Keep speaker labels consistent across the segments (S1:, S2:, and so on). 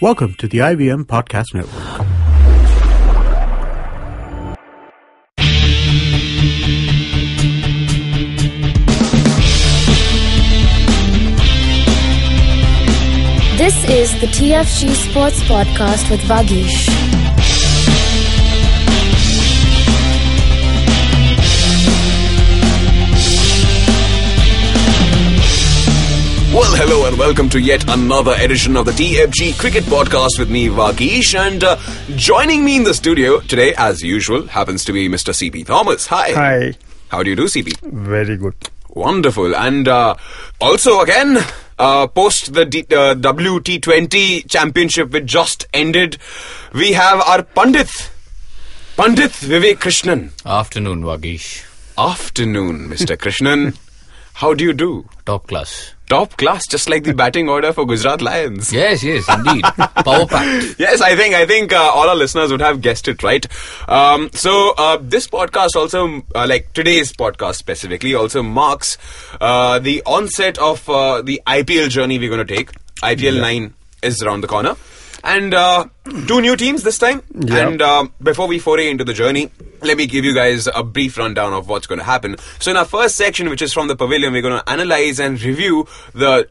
S1: Welcome to the IBM Podcast Network.
S2: This is the TFG Sports Podcast with Vagish.
S3: Well, hello and welcome to yet another edition of the TFG Cricket Podcast with me, Vagish. And uh, joining me in the studio today, as usual, happens to be Mr. CP Thomas. Hi.
S4: Hi.
S3: How do you do, CP?
S4: Very good.
S3: Wonderful. And uh, also, again, uh, post the D- uh, WT20 Championship, which just ended, we have our Pandit, Pandit Vivek Krishnan.
S5: Afternoon, Vagish.
S3: Afternoon, Mr. Krishnan. How do you do?
S5: Top class.
S3: Top class, just like the batting order for Gujarat Lions.
S5: Yes, yes, indeed. Power packed.
S3: Yes, I think I think uh, all our listeners would have guessed it right. Um, so uh, this podcast also, uh, like today's podcast specifically, also marks uh, the onset of uh, the IPL journey we're going to take. IPL nine is around the corner, and uh, two new teams this time. And um before we foray into the journey, let me give you guys a brief rundown of what's going to happen. So in our first section, which is from the pavilion, we're going to analyze and review the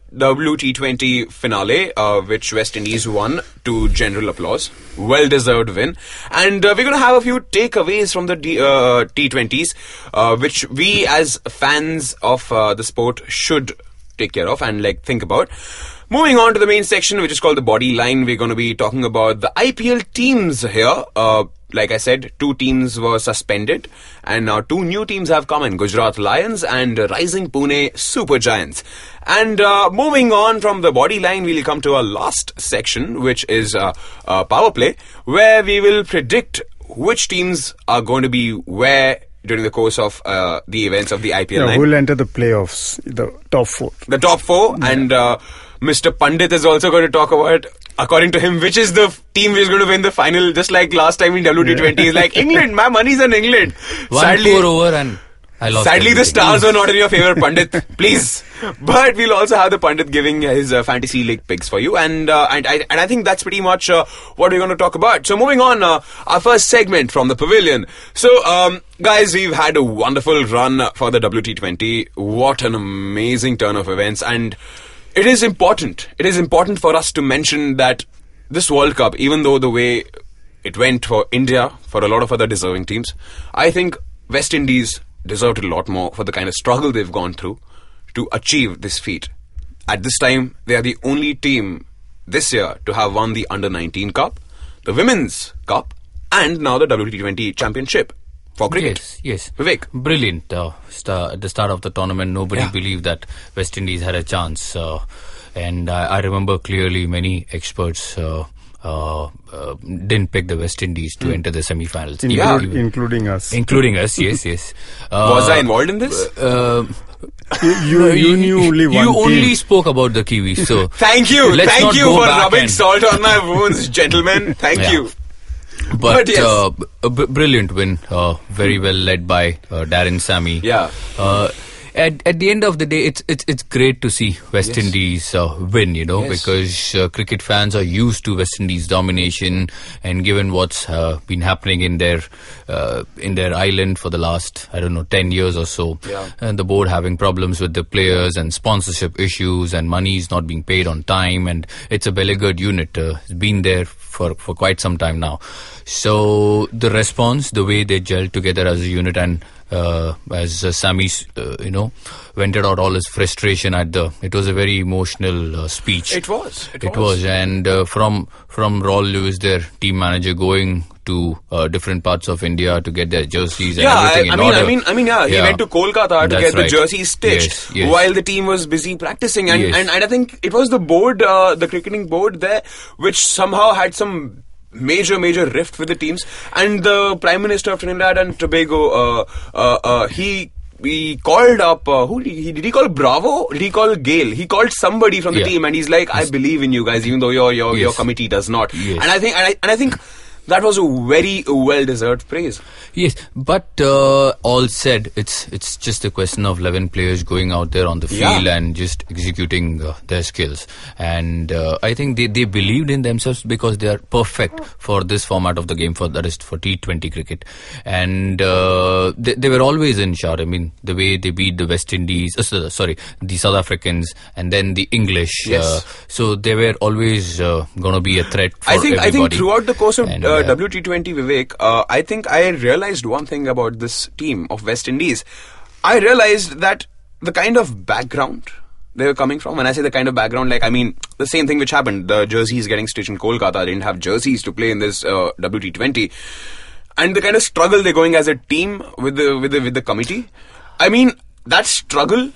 S3: WT20 finale, uh, which West Indies won to general applause, well-deserved win. And uh, we're going to have a few takeaways from the D, uh, T20s, uh, which we as fans of uh, the sport should take care of and like think about. Moving on to the main section, which is called the body line, we're going to be talking about the IPL teams here. Uh, like I said, two teams were suspended, and now two new teams have come in Gujarat Lions and Rising Pune Super Giants. And uh, moving on from the body line, we'll come to our last section, which is uh, uh, power play, where we will predict which teams are going to be where during the course of uh, the events of the IPL.
S4: Yeah,
S3: nine.
S4: who'll enter the playoffs? The top four.
S3: the top four, and uh, Mr. Pandit is also going to talk about, according to him, which is the f- team which is going to win the final. Just like last time in WT20, he's like England. My money's on England.
S5: One poor over and I lost.
S3: Sadly, the
S5: everything.
S3: stars are not in your favor, Pandit. Please, but we'll also have the Pandit giving his uh, fantasy league picks for you, and uh, and I and I think that's pretty much uh, what we're going to talk about. So moving on, uh, our first segment from the pavilion. So um, guys, we've had a wonderful run for the WT20. What an amazing turn of events, and it is important. It is important for us to mention that this World Cup, even though the way it went for India, for a lot of other deserving teams, I think West Indies deserved a lot more for the kind of struggle they've gone through to achieve this feat. At this time, they are the only team this year to have won the Under 19 Cup, the Women's Cup, and now the WT20 Championship for cricket.
S5: Yes, yes.
S3: Vivek.
S5: Brilliant. Uh, sta at the start of the tournament, nobody
S3: Yeah.
S5: believed that West Indies had a chance. Uh, and I, I remember clearly many experts uh, uh, uh, didn't pick the West Indies to enter the semifinals.
S3: Hmm.
S5: Even-
S3: Yeah.
S4: Include-
S5: even-
S4: Including us.
S5: including us, yes, yes. Uh,
S3: Was I involved in this?
S5: Uh,
S4: you, you, you knew only one
S5: You
S4: team.
S5: only spoke about the Kiwis, so
S3: Thank you.
S5: Let's
S3: Thank
S5: not
S3: you
S5: go
S3: for
S5: back
S3: rubbing
S5: and-
S3: salt on my wounds, gentlemen. Thank
S5: Yeah.
S3: you.
S5: But,
S3: But yes. Hmm.
S5: uh, b- a b- brilliant win, uh, very well led by uh, Darren Sammy.
S3: Yeah.
S5: Uh, at, at the end of the day, it's it's it's great to see West Indies uh, win, you know,
S3: Yes.
S5: because uh, cricket fans are used to West Indies domination, and given what's uh, been happening in their uh, in their island for the last I don't know ten years or so, Uh,
S3: Yeah.
S5: and the board having problems with the players and sponsorship issues and money is not being paid on time and it's a beleaguered unit uh, it's been there for, for quite some time now so the response the way they gelled together as a unit and uh, as uh, Sami, uh, you know, vented out all his frustration at the. It was a very emotional uh, speech.
S3: It was. It
S5: It, was. And uh, from from Raul Lewis, their team manager, going to uh, different parts of India to get their jerseys
S3: Yeah,
S5: and
S3: I,
S5: everything
S3: I
S5: in
S3: mean,
S5: order.
S3: I mean, I mean, yeah, He went to Kolkata to
S5: That's
S3: get the
S5: right.
S3: jersey stitched
S5: Yes, yes.
S3: while the team was busy practicing, and,
S5: Yes.
S3: and and I think it was the board, uh, the cricketing board there, which somehow had some major major rift with the teams, and the Prime Minister of Trinidad and Tobago, uh, uh, uh, he. He called up. Uh, who did he, did he call? Bravo? Did he call Gale? He called somebody from the
S5: Yeah.
S3: team, and he's like, "I believe in you guys, even though your your, your
S5: Yes.
S3: committee does not."
S5: Yes.
S3: And I think and I, and I think That was a very well deserved praise.
S5: Yes, but uh, all said, it's it's just a question of eleven players going out there on the
S3: Yeah.
S5: field and just executing uh, their skills. And uh, I think they, they believed in themselves because they are perfect for this format of the game for that is for T Twenty cricket. And uh, they, they were always in shot. I mean, the way they beat the West Indies, uh, so- sorry, the South Africans, and then the English.
S3: Yes.
S5: Uh, so they were always uh, going to be a threat. For
S3: I think I think
S5: everybody.
S3: throughout the course of
S5: And,
S3: uh,
S5: uh,
S3: WT20 Vivek, uh, I think I realized one thing about this team of West Indies. I realized that the kind of background they were coming from. When I say the kind of background, like I mean the same thing which happened. The jerseys getting stitched in Kolkata didn't have jerseys to play in this uh, WT20, and the kind of struggle they're going as a team with the with the with the committee. I mean that struggle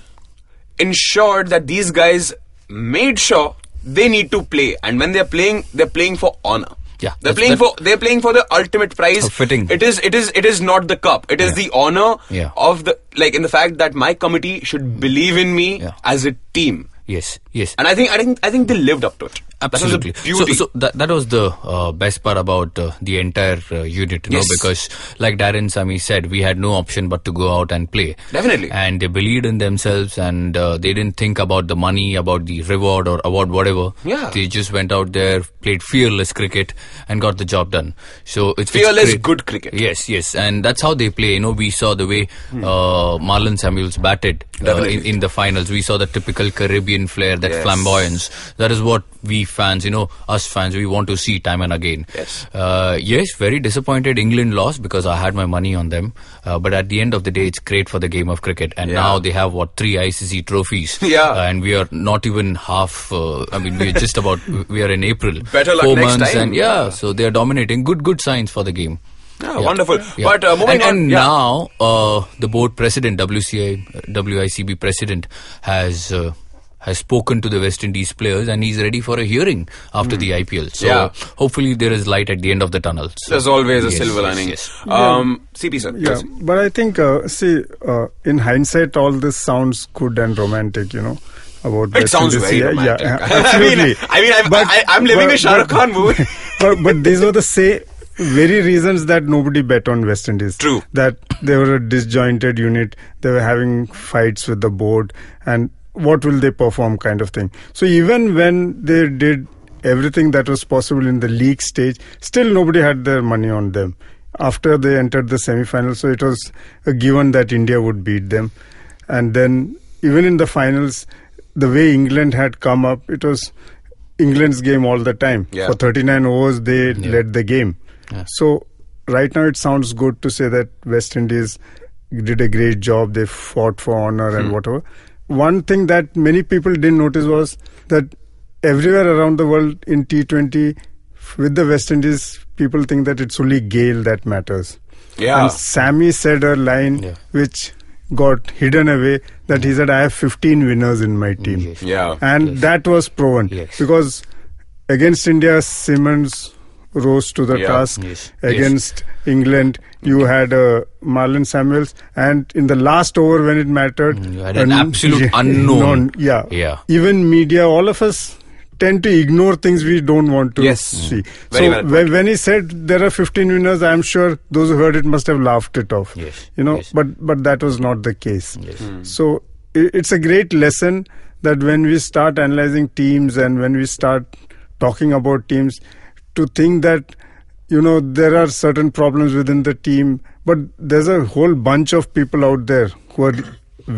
S3: ensured that these guys made sure they need to play, and when they're playing, they're playing for honor.
S5: Yeah,
S3: they're
S5: that's-
S3: playing
S5: that-
S3: for they're playing for the ultimate prize.
S5: How fitting.
S3: It is it is it is not the cup. It is the honor
S5: Yeah. Mm.
S3: of the like in the fact that my committee should believe in me
S5: Yeah.
S3: as a team,
S5: Yes, yes.
S3: and I think I think I think they lived up to it. That was the
S5: Absolutely. So,
S3: beauty.
S5: so that, that was the uh, best part about uh, the entire uh, unit, you
S3: Yes.
S5: know, because like Darren Sami said, we had no option but to go out and play.
S3: Definitely.
S5: And they believed in themselves and uh, they didn't think about the money, about the reward or award, whatever.
S3: Yeah.
S5: They just went out there, played fearless cricket and got the job done. So it's it's
S3: Fearless
S5: great.
S3: good cricket. Hmm.
S5: Yes, yes. And that's how they play. You know, we saw the way uh, Marlon Samuels batted uh, in, in the finals. We saw the typical Caribbean flair, that
S3: Yes.
S5: flamboyance. That is what we fans, you know, us fans, we want to see time and again.
S3: Yes.
S5: Uh, yes, very disappointed England lost because I had my money on them. Uh, but at the end of the day, it's great for the game of cricket. And
S3: Yeah.
S5: now they have, what, three ICC trophies.
S3: Yeah.
S5: Uh, and we are not even half, uh, I mean, we're just about, we are in April.
S3: Better luck
S5: Four
S3: next
S5: months
S3: time.
S5: And, yeah, so they are dominating. Good, good signs for the game.
S3: Yeah,
S5: Yeah.
S3: wonderful.
S5: Yeah.
S3: But uh, moving
S5: and,
S3: on,
S5: and
S3: yeah.
S5: now uh, the board president, WCI, uh, WICB president, has uh, has spoken to the West Indies players, and he's ready for a hearing after the IPL. So
S3: Hmm. Yeah.
S5: hopefully there is light at the end of the tunnel. So-
S3: there's always a
S5: Yes,
S3: silver
S5: yes,
S3: lining.
S5: yes.
S3: Um, CP sir,
S4: Yeah,
S3: yes.
S4: but I think uh, see, uh, in hindsight, all this sounds good and romantic, you know. About
S3: It
S4: West
S3: sounds
S4: Indies.
S3: very
S4: yeah, yeah,
S3: romantic.
S4: yeah,
S3: I mean,
S4: absolutely.
S3: I mean, I'm- I- I'm living a Shah Rukh Khan movie.
S4: but but these were the say very reasons that nobody bet on West Indies.
S3: True.
S4: That they were a disjointed unit. They were having fights with the board, and what will they perform, kind of thing. So even when they did everything that was possible in the league stage, still nobody had their money on them. After they entered the semi-final, so it was a given that India would beat them, and then even in the finals, the way England had come up, it was England's game all the time.
S3: Yeah.
S4: For 39 overs, they led the game. So, right now, it sounds good to say that West Indies did a great job. They fought for honor and
S5: Hmm.
S4: whatever. One thing that many people didn't notice was that everywhere around the world in T20, with the West Indies, people think that it's only Gale that matters.
S3: Yeah.
S4: And Sammy said a line
S5: Yeah.
S4: which got hidden away that he said, I have 15 winners in my team.
S5: Yes.
S3: Yeah.
S4: And that was proven
S5: Yes.
S4: because against India, Simmons rose to the
S3: Yeah.
S4: task.
S5: Yes.
S4: Against England, you had uh, Marlon Samuels, and in the last over when it mattered,
S5: Mm, you had an absolute unknown.
S4: known- yeah,
S5: Yeah.
S4: Even media, all of us tend to ignore things we don't want to
S3: Yes.
S4: see.
S5: Mm.
S3: Very
S4: so
S3: well
S4: when, when he said there are 15 winners, I'm sure those who heard it must have laughed it off.
S5: Yes.
S4: You know,
S5: Yes.
S4: but but that was not the case.
S5: Yes.
S4: So i- it's a great lesson that when we start analyzing teams and when we start talking about teams, to think that you know there are certain problems within the team, but there's a whole bunch of people out there who are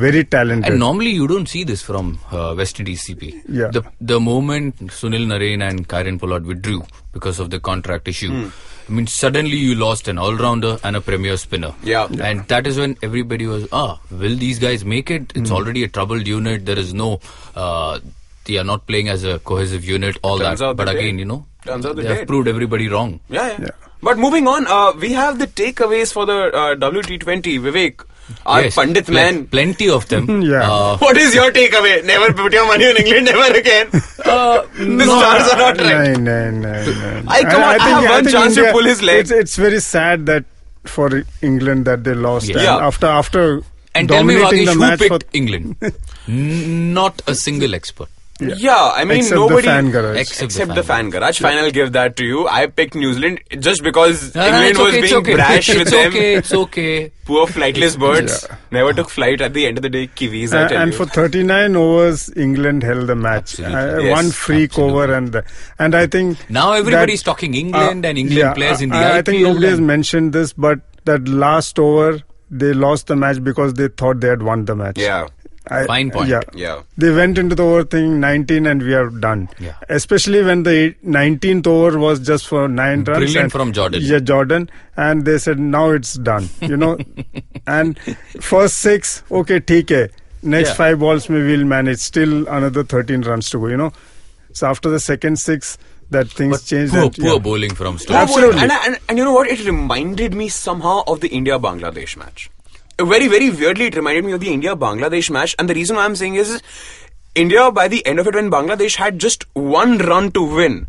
S4: very talented.
S5: And normally you don't see this from uh, West Indies CP.
S4: Yeah.
S5: The the moment Sunil Narain and Kyron Pollard withdrew because of the contract issue,
S3: Hmm.
S5: I mean suddenly you lost an all-rounder and a premier spinner.
S3: Yeah.
S5: And that is when everybody was ah, will these guys make it? It's
S3: Hmm.
S5: already a troubled unit. There is no. Uh, they are not playing as a cohesive unit. All
S3: Turns
S5: that.
S3: out
S5: But
S3: they
S5: again,
S3: did.
S5: you know,
S3: Turns out they
S5: they have
S3: did.
S5: proved everybody wrong.
S3: Yeah, yeah. But moving on, uh, we have the takeaways for the uh, WT20. Vivek, our
S5: Yes,
S3: Pandit
S5: pl-
S3: man.
S5: Plenty of them.
S4: Yeah.
S5: Uh,
S3: What is your takeaway? Never put your money on England, never again.
S5: Uh,
S3: the stars are not right.
S4: Nine, nine, nine, nine.
S3: I- come on, I have one chance to pull his leg.
S4: It's, it's very sad that for England that they lost.
S5: Yeah.
S4: And
S3: Yeah.
S4: After after
S5: and tell me, Vagish,
S4: dominating the
S5: who
S4: match
S5: picked
S4: for
S5: England? N- not a single expert.
S3: Yeah, I mean
S4: Except the
S3: nobody
S4: fan garage.
S3: except,
S5: Except the
S3: the
S5: fan
S3: fan garage. Fine, I'll give that to you. I picked New Zealand just because
S5: No, no,
S3: England
S5: Ah, it's okay,
S3: was
S5: it's
S3: being
S5: okay.
S3: brash with
S5: it's
S3: them.
S5: okay, it's okay.
S3: Poor flightless birds never took flight. At the end of the day, Kiwis. I
S4: And,
S3: tell
S4: and
S3: you.
S4: for 39 overs, England held the match. Uh,
S3: Yes,
S4: one freak
S5: absolutely.
S4: over, and the, and I think
S5: Now everybody's
S4: that- uh,
S5: talking England and England
S4: yeah,
S5: players in the
S4: I, I think
S5: IPL
S4: nobody has
S5: and-
S4: mentioned this, but that last over they lost the match because they thought they had won the match.
S3: yeah,
S4: I-
S5: Fine point.
S4: Yeah.
S3: Yeah.
S4: They went into the over thing 19 and we are done.
S5: Yeah.
S4: Especially when the eight- 19th over was just for nine runs.
S5: Brilliant
S4: and-
S5: from Jordan.
S4: Yeah, Jordan. And they said, now it's done. You know, and first six, okay, TK. Next
S5: Yeah.
S4: five balls, maybe we'll manage. Still another 13 runs to go, you know. So after the second six, that things changed.
S5: Poor,
S4: and-
S5: poor
S4: yeah.
S5: bowling from
S3: Poor
S5: Stokes.
S4: Absolutely.
S3: bowling. And, I- and, and you know what? It reminded me somehow of the India Bangladesh match. Very, very weirdly, it reminded me of the India Bangladesh match. And the reason why I'm saying is India, by the end of it, when Bangladesh had just one run to win.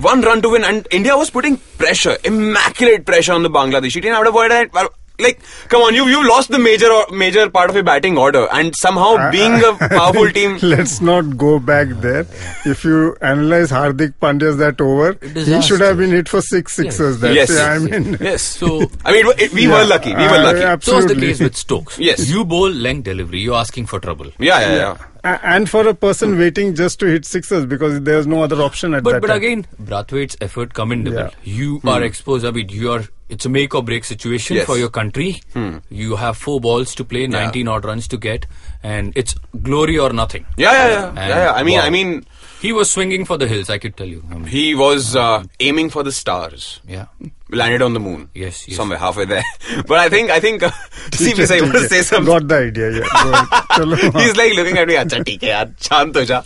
S3: One run to win, and India was putting pressure, immaculate pressure on the Bangladesh. It didn't have to avoid it. Well, Like, come on, you you lost the major or- major part of your batting order, and somehow
S4: Uh,
S3: being a powerful team.
S4: Let's not go back there. If you analyze Hardik Pandya's that over, he should
S5: Disaster.
S4: have been hit for six sixes. That's
S3: Yes,
S4: I mean,
S3: yes.
S5: So-
S3: I mean, it- we were lucky. We were
S4: Uh,
S3: lucky.
S4: abs-
S5: So was the
S4: Absolutely.
S5: case with Stokes.
S3: Yes.
S5: You bowl length delivery, you're asking for trouble.
S3: yeah, yeah, yeah.
S4: A- and for a person waiting just to hit sixes because there's no other option at
S5: But
S4: that
S5: but
S4: time.
S5: again, Brathwaite's effort commendable.
S4: Yeah.
S5: You are exposed. I mean, you are. It's a make or break situation
S3: Yes.
S5: for your country. You have four balls to play, 19 odd runs to get, and it's glory or nothing.
S3: Yeah, yeah, yeah.
S5: And
S3: yeah, yeah. I mean,
S5: wow.
S3: I mean,
S5: he was swinging for the hills. I could tell you. I mean,
S3: he was uh, aiming for the stars.
S5: yeah.
S3: Landed on the moon.
S5: Yes, yes.
S3: somewhere halfway there. but I think, I think, uh, see, if he's able to say something.
S4: Got the idea, yeah. Go ahead. Chalo.
S3: He's like looking at me. Acha, theek hai, yaar, shant ho ja.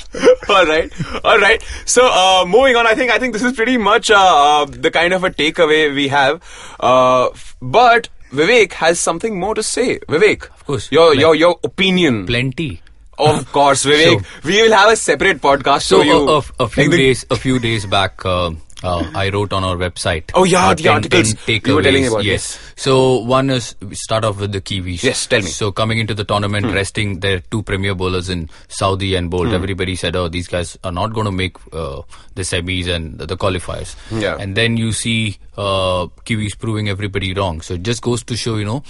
S3: all right, all right. So uh, moving on, I think I think this is pretty much uh, uh, the kind of a takeaway we have. Uh, f- but Vivek has something more to say. Vivek, of
S5: course.
S3: your
S5: Like-
S3: your your opinion.
S5: Plenty.
S3: Of course, Vivek. we will have a separate podcast.
S5: So
S3: for you
S5: a, a, a few
S3: Like the-
S5: days, a few days back, uh, uh, I wrote on our website.
S3: Oh, yeah, the
S5: 10
S3: articles
S5: 10
S3: you were telling
S5: takeaways.
S3: about,
S5: Yes. So one is we start off with the Kiwis.
S3: Yes, tell me. Hmm.
S5: So coming into the tournament, resting their two premier bowlers in Saudi and Bolt, everybody said, "Oh, these guys are not going to make uh, the semis and the, the qualifiers."
S3: Yeah.
S5: And then you see uh, Kiwis proving everybody wrong. So it just goes to show, you know,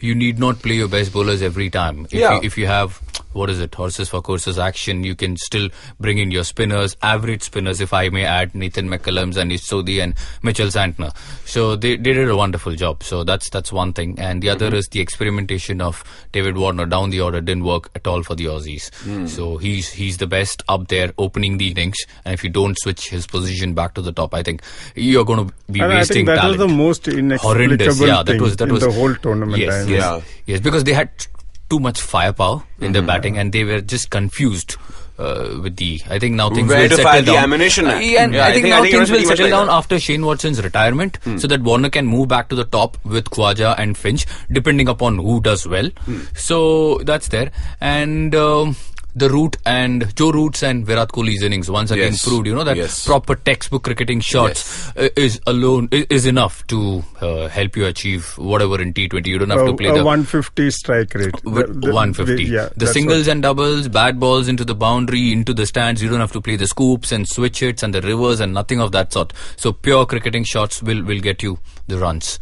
S5: you need not play your best bowlers every time. If
S3: Yeah.
S5: You, if you have what is it, horses for courses action, you can still bring in your spinners, average spinners, if I may add, Nathan McCullums and Ish Sodhi and Mitchell Santner. So they, they did a wonderful job. So that's that's one thing, and the
S4: Mm-hmm.
S5: other is the experimentation of David Warner down the order didn't work at all for the Aussies.
S4: Hmm.
S5: So he's he's the best up there opening the innings, and if you don't switch his position back to the top, I think you're going to be
S4: And I
S5: wasting
S4: think that was
S5: talent.
S4: the most
S5: Horrendous,
S4: inexplicable
S5: yeah. That
S4: thing
S5: was that
S4: in
S5: was
S4: the whole tournament. I
S5: Yes,
S4: mean.
S5: yes,
S3: Yeah.
S5: yes, because they had t- too much firepower in
S3: Mm-hmm.
S5: their batting, and they were just confused uh, with the. I think now things
S3: Where
S5: will
S3: to
S5: settle
S3: find the
S5: down.
S3: ammunition
S5: Uh,
S3: at?
S5: yeah, and
S3: Yeah,
S5: I,
S3: I
S5: think,
S3: think- I
S5: now
S3: think it was
S5: things will
S3: pretty much
S5: settle
S3: like
S5: down
S3: that.
S5: after Shane Watson's retirement,
S3: Hmm.
S5: so that Warner can move back to the top with Khwaja and Finch, depending upon who does well.
S3: Hmm.
S5: So that's there, and. Um, the root and Joe Roots and Virat Kohli's innings once again
S3: Yes.
S5: proved, you know, that
S3: Yes.
S5: proper textbook cricketing shots uh, is alone i- is enough to uh, help you achieve whatever in T20. You don't have to
S4: A,
S5: play
S4: a
S5: the
S4: 150 strike rate.
S5: with
S4: The- the-
S5: 150.
S4: yeah,
S5: the
S4: that's
S5: singles and doubles, bad balls into the boundary, into the stands. You don't have to play the scoops and switch hits and the rivers and nothing of that sort. So pure cricketing shots will will get you the runs.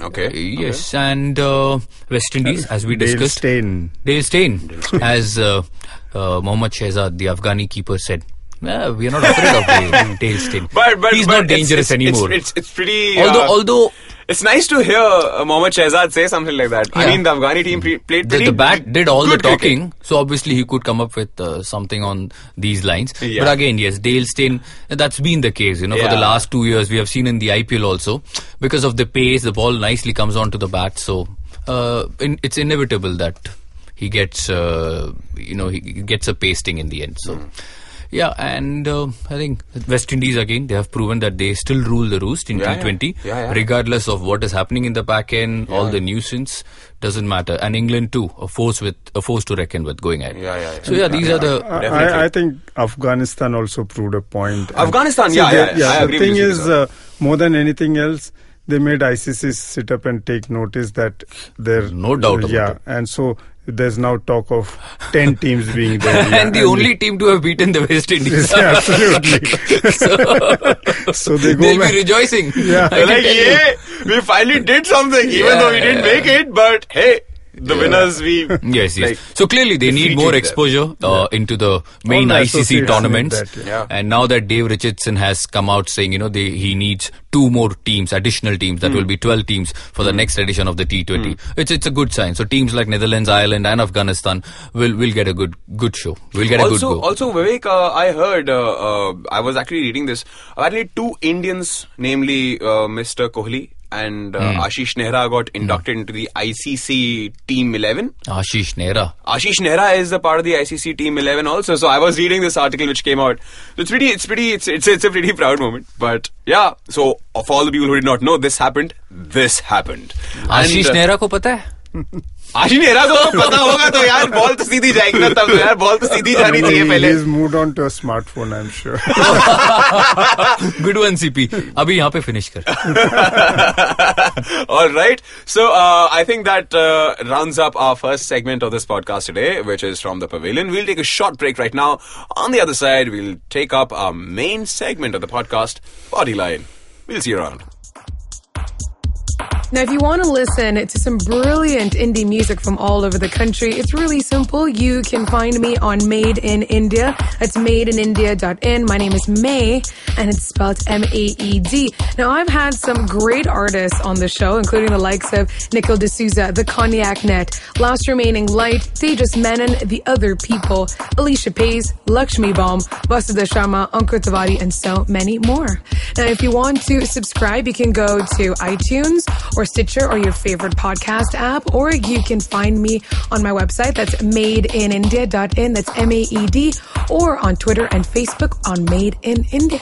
S3: Okay.
S5: Uh, yes, and uh, West Indies, as we
S4: Dale
S5: discussed,
S4: Steyn.
S5: Dale Steyn, as uh, uh, Mohammad Shehzad, the Afghani keeper, said. "Nah, we are not afraid of Dale, Dale Steyn.
S3: But, but
S5: he's
S3: but
S5: not
S3: it's- it's- it's-
S5: dangerous anymore.
S3: It's, it's, pretty.
S5: although
S3: uh,
S5: although
S3: it's nice to hear uh, Mohammad Shehzad say something like that. I
S5: Yeah.
S3: mean, the Afghani team pre- played
S5: the,
S3: pretty.
S5: the bat did all the
S3: good cricket.
S5: talking, so obviously he could come up with uh, something on these lines.
S3: Yeah.
S5: But again, yes, Dale Steyn, that's been the case, you know, for the
S3: Yeah.
S5: last two years. We have seen in the IPL also, because of the pace, the ball nicely comes onto the bat, so uh, in, it's inevitable that he gets, uh, you know, he gets a pasting in the end. So.
S3: Hmm.
S5: Yeah, and uh, I think West Indies again, they have proven that they still rule the roost in
S3: Yeah, yeah.
S5: T20,
S3: Yeah, yeah.
S5: regardless of what is happening in the back end, all the nuisance doesn't matter. And England too, a force with a force to reckon with going ahead.
S3: Yeah, yeah, yeah.
S5: So yeah, these are the
S4: I-
S3: Uh, Definitely.
S4: I, I think Afghanistan also proved a point. And
S3: Afghanistan,
S4: see,
S3: yeah,
S4: they-
S3: yeah, yeah, I
S4: the
S3: agree with
S4: thing
S3: you,
S4: is,
S3: Sridhar.
S4: uh, more than anything else, they made ICC sit up and take notice that their
S5: No doubt about
S4: yeah,
S5: it.
S4: and so there's now talk of 10 teams being there. Yeah,
S5: and the only team to have beaten the West Indies.
S4: Yes, absolutely.
S5: so
S4: so they go
S5: they'll
S4: back.
S5: be rejoicing.
S4: Yeah.
S5: I
S3: They're
S5: can
S3: like,
S5: tell you.
S3: yeah, we finally did something, even
S5: Yeah,
S3: though we didn't
S5: yeah.
S3: make it. But hey, the winners we
S5: Yes, yes.
S3: like,
S5: so clearly they
S3: they
S5: need
S3: featured
S5: more
S3: them.
S5: exposure uh, into the main
S4: the
S5: ICC
S4: associations
S5: tournaments.
S4: need that,
S3: yeah. Yeah.
S5: And now that Dave Richardson has come out saying, you know, they, he needs two more teams, additional teams,
S3: Hmm.
S5: that will be 12 teams for the next edition of the T20. It's it's a good sign. So teams like Netherlands, Ireland and Afghanistan will will get a good good show. We'll get a good
S3: also,
S5: go.
S3: also Vivek, uh, I heard, uh, uh, I was actually reading this. Apparently, two Indians, namely uh, Mr. Kohli and uh,
S5: Hmm.
S3: Ashish Nehra, got inducted into the ICC Team 11.
S5: Ashish Nehra.
S3: Ashish Nehra is the part of the ICC Team 11 also. So I was reading this article which came out. It's pretty, it's pretty, it's it's, it's a pretty proud moment. But yeah, so of all the people who did not know this happened, this happened.
S5: Ashish
S3: And, uh,
S5: Nehra को पता है
S3: आशीष नेहरा को पता होगा तो यार ball तो सीधी जाएगी ना तब तो यार बॉल तो सीधी जानी चाहिए
S4: He-
S3: पहले
S4: He's moved on to a smartphone, I'm sure.
S3: Ah!
S5: Good one CP अभी यहाँ पे फिनिश कर
S3: All right. So uh, I think that uh, rounds up our first segment of this podcast today, which is from the pavilion. We'll take a short break right now. On the other side, we'll take up our main segment of the podcast, Bodyline. We'll see you around.
S6: Now, if you want to listen to some brilliant indie music from all over the country, it's really simple. You can find me on Made in India. That's madeinindia.in. My name is May, and it's spelled M-A-E-D. Now, I've had some great artists on the show, including the likes of Nikhil D'Souza, The Cognac Net, Last Remaining Light, Tejas Menon, The Other People, Alicia Pays, Lakshmi Baum, Vasudha Sharma, Ankur Tiwari, and so many more. Now, if you want to subscribe, you can go to iTunes or Stitcher or your favorite podcast app, or you can find me on my website. That's madeinindia.in. That's M A E D, or on Twitter and Facebook on Made in India.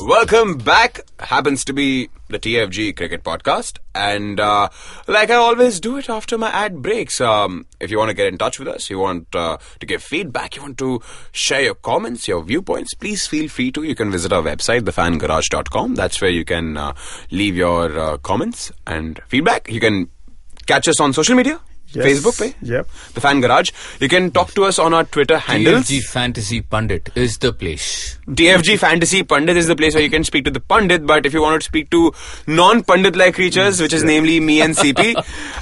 S3: Welcome back. Happens to be the TFG Cricket Podcast, and uh, like I always do it after my ad breaks. Um, if you want to get in touch with us, you want uh, to give feedback, you want to share your comments, your viewpoints, please feel free to. You can visit our website, thefangarage.com. That's where you can uh, leave your uh, comments and feedback. You can catch us on social media,
S4: Yes.
S3: Facebook, pe,
S4: Yep.
S3: the Fan Garage. You can talk to us on our Twitter handles.
S5: DFG Fantasy Pundit is the place.
S3: DFG Fantasy Pandit is the place where you can speak to the Pandit, but if you want to speak to non Pandit like creatures, which is namely me and CP,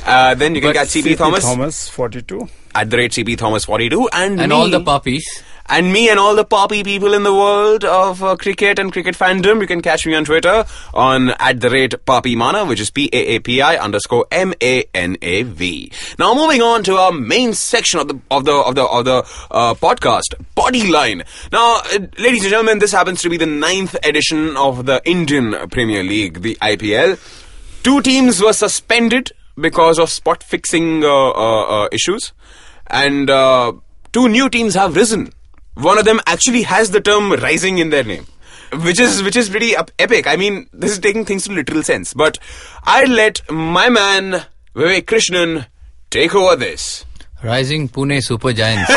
S3: uh, then you can
S5: But
S3: catch CP,
S4: CP
S3: Thomas,
S4: Thomas, 42.
S3: at the rate CP Thomas 42 and,
S5: And
S3: me,
S5: all the puppies.
S3: and me and all the poppy people in the world of uh, cricket and cricket fandom. You can catch me on Twitter on at the rate Papi Mana, which is P A A P I underscore M A N A V. Now moving on to our main section of the of the of the of the uh, podcast, Bodyline. Now, uh, ladies and gentlemen, this happens to be the ninth edition of the Indian Premier League, the IPL. Two teams were suspended because of spot fixing uh, uh, uh, issues, and uh, two new teams have risen. One of them actually has the term "rising" in their name, which is which is pretty ep- epic. I mean, this is taking things to literal sense. But I let my man Vivek Krishnan take over this.
S5: Rising Pune Super Giants.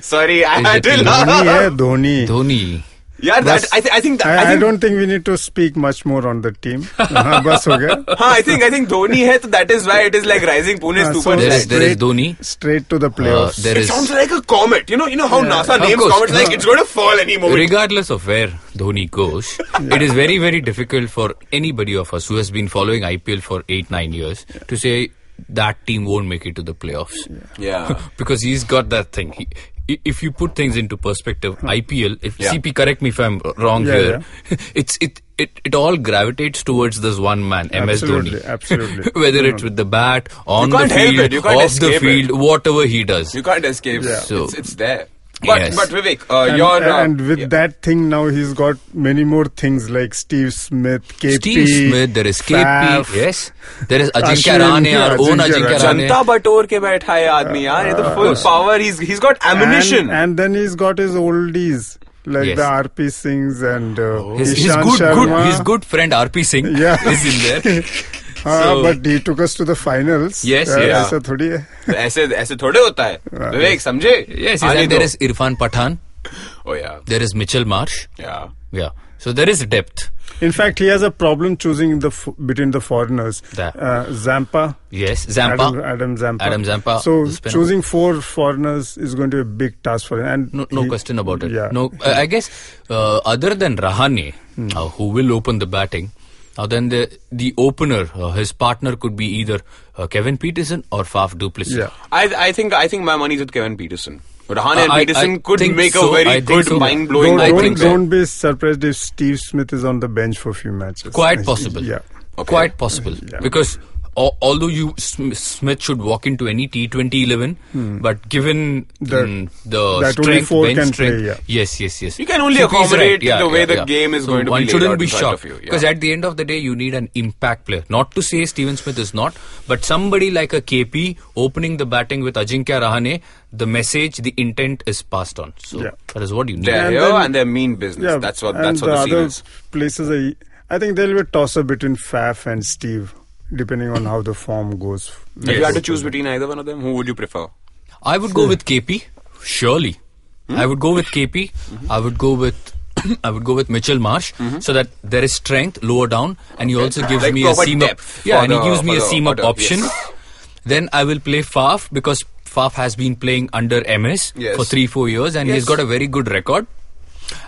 S3: Sorry, I
S5: Is
S3: had
S5: it
S3: to
S5: the
S4: Dhoni, yeah,
S3: laugh.
S4: Dhoni.
S5: Dhoni.
S3: Yeah, that, I, th- I think that,
S4: I,
S3: I,
S4: I,
S3: think,
S4: don't think we need to speak much more on the team. हाँ, बस हो गया.
S3: हाँ, I think I think Dhoni hai, so that is why it is like rising Pune
S4: हाँ,
S3: super.
S4: Ah, so
S5: There is-
S3: Giants.
S5: Ah, there is
S4: straight-
S5: Dhoni.
S4: Straight to the
S5: Uh,
S4: playoffs.
S5: there
S3: It
S5: is.
S3: sounds like a comet. You know, you know how NASA
S5: Of
S3: names
S5: course.
S3: comets like it's going to fall any moment.
S5: Regardless of where Dhoni goes, it is very, very difficult for anybody of us who has been following IPL for eight, nine years to say that team won't make it to the playoffs.
S3: yeah.
S5: because he's got that thing. He, i- if you put things into perspective, IPL. If
S3: Hmm. Yeah.
S5: CP, correct me if I'm wrong
S4: Yeah,
S5: here. it's it, it it all gravitates towards this one man, MS
S4: Absolutely,
S5: Dhoni.
S4: absolutely.
S5: Whether it's with the bat, on
S3: You
S5: the
S3: can't help it,
S5: field,
S3: you can't
S5: off the
S3: escape it.
S5: field, whatever he does.
S3: You can't escape.
S4: Yeah.
S5: So-
S3: it's, it's there. But
S5: Yes.
S3: but Vivek, uh,
S4: and,
S3: your uh,
S4: and with
S3: yeah.
S4: that thing now, he's got many more things like Steve Smith, KP,
S5: Steve Smith, there is KP,
S4: Faf.
S5: yes. There is Ajinkya
S4: Ashwin,
S5: Rane, our
S4: yeah,
S5: own
S4: Ajinkya
S5: Ajinkya
S4: Rane.
S5: Rane.
S3: जनता बटोर के बैठा है आदमी यार ये तो full power he's he's got ammunition
S4: Uh, And, and then he's got his oldies like
S5: Yes. Oh.
S4: the RP Singhs and uh,
S5: His, his
S4: Ishan
S5: good,
S4: Sharma.
S5: good, his good friend RP Singh
S4: Yeah.
S5: is in there.
S4: Ah,
S5: So-
S4: but he took us to the finals.
S5: Yes,
S4: Uh,
S5: yeah.
S4: ऐसा थोड़ी है. Uh,
S3: ऐसे ऐसे थोड़े होता है विवेक समझे
S5: Yes, yes,
S3: आने
S5: and there
S3: दो।
S5: is Irfan Pathan.
S3: Oh yeah,
S5: There is Mitchell Marsh.
S3: yeah.
S5: Yeah. So there is depth.
S4: In fact, he has a problem choosing the f- between the foreigners.
S5: That.
S4: Uh, Zampa.
S5: Yes, Zampa.
S4: Adam, Adam Zampa.
S5: Adam Zampa,
S4: So
S5: the spinner.
S4: choosing four foreigners is going to be a big task for him. And
S5: No, no
S4: he-
S5: question about it.
S4: Yeah. Hmm.
S5: No, uh, I guess uh, other than Rahane, uh, who will open the batting, now then the the opener, uh, his partner could be either uh, Kevin Peterson or Faf Duplessis.
S4: Yeah.
S3: I I think I think my money's with Kevin Peterson. Rahane and
S5: Uh, I- I
S3: Peterson could
S5: think
S3: make
S5: so.
S3: a
S5: I
S3: very
S5: think
S3: good,
S5: so.
S3: mind blowing.
S4: Don't,
S5: I
S4: don't,
S5: think so.
S4: don't be surprised if Steve Smith is on the bench for a few matches.
S5: Quite possible.
S4: Yeah.
S5: Quite possible. Because al- although you Sm- Smith should walk into any T20 11, but given
S4: That-
S5: mm, the
S4: Hmm. that only
S5: strength,
S4: four
S5: bench
S4: can
S5: strength,
S4: play, yeah.
S5: yes, yes, yes.
S3: You can only
S5: So he's
S3: accommodate
S5: Yeah,
S3: the way
S5: yeah,
S3: the
S5: yeah.
S3: game is
S5: So
S3: going to be
S5: One
S3: laid
S5: shouldn't
S3: out
S5: be
S3: in front
S5: shocked
S3: of you, yeah.
S5: because at the end of the day, you need an impact player. Not to say Steven Smith is not, but somebody like a KP opening the batting with Ajinkya Rahane, the message, the intent is passed on. So
S4: Yeah.
S5: that is what you need.
S3: They're
S4: And
S3: here
S4: then-
S3: and they're mean business. that's what
S4: and
S3: that's what
S4: the
S3: the, scene
S4: other
S3: is.
S4: places are. I think there'll be a toss up between Faf and Steve, depending on how the form goes.
S3: If you had to choose between either one of them, who would you prefer?
S5: I would go with KP, surely. I would go with KP.
S3: Mm-hmm.
S5: I would go with I would go with Mitchell Marsh so that there is strength lower down, and he also gives
S3: Like
S5: me a
S3: proper
S5: seam up.
S3: depth
S5: Yeah,
S3: for
S5: and he
S3: the-
S5: gives me
S3: for
S5: a
S3: the
S5: seam up
S3: order,
S5: option.
S3: yes.
S5: Then I will play Faf because Faf has been playing under MS
S3: Yes.
S5: for three four years, and he's
S3: Yes.
S5: got a very good record.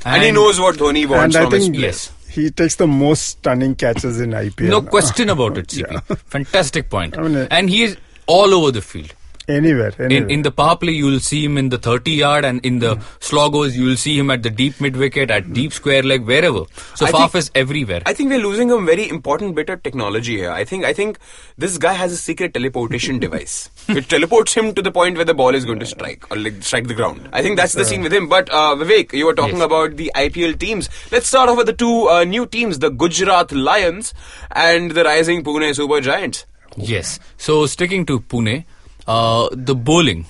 S3: And, he knows what Dhoni
S4: And
S3: wants
S4: I
S3: from his
S4: think
S3: players.
S5: Yes.
S4: he takes the most stunning catches in IPL.
S5: No question about it, CP. Fantastic point.
S4: I mean, uh,
S5: and he is all over the field.
S4: anywhere, anywhere.
S5: In, in the power play, you will see him in the 30 yard, and in
S3: Hmm.
S5: the slogos, you will see him at the deep mid wicket, at deep square leg, wherever. So
S3: I
S5: Faf
S3: think-
S5: is everywhere.
S3: I think we're losing a very important bit of technology here. I think I think this guy has a secret teleportation device which teleports him to the point where the ball is going to strike or like, strike the ground. I think that's the scene with him. But uh, Vivek, you were talking
S5: Yes.
S3: about the IPL teams. Let's start off with the two uh, new teams, the Gujarat Lions and the Rising Pune Super Giants.
S5: yes. So sticking to Pune, uh, the bowling.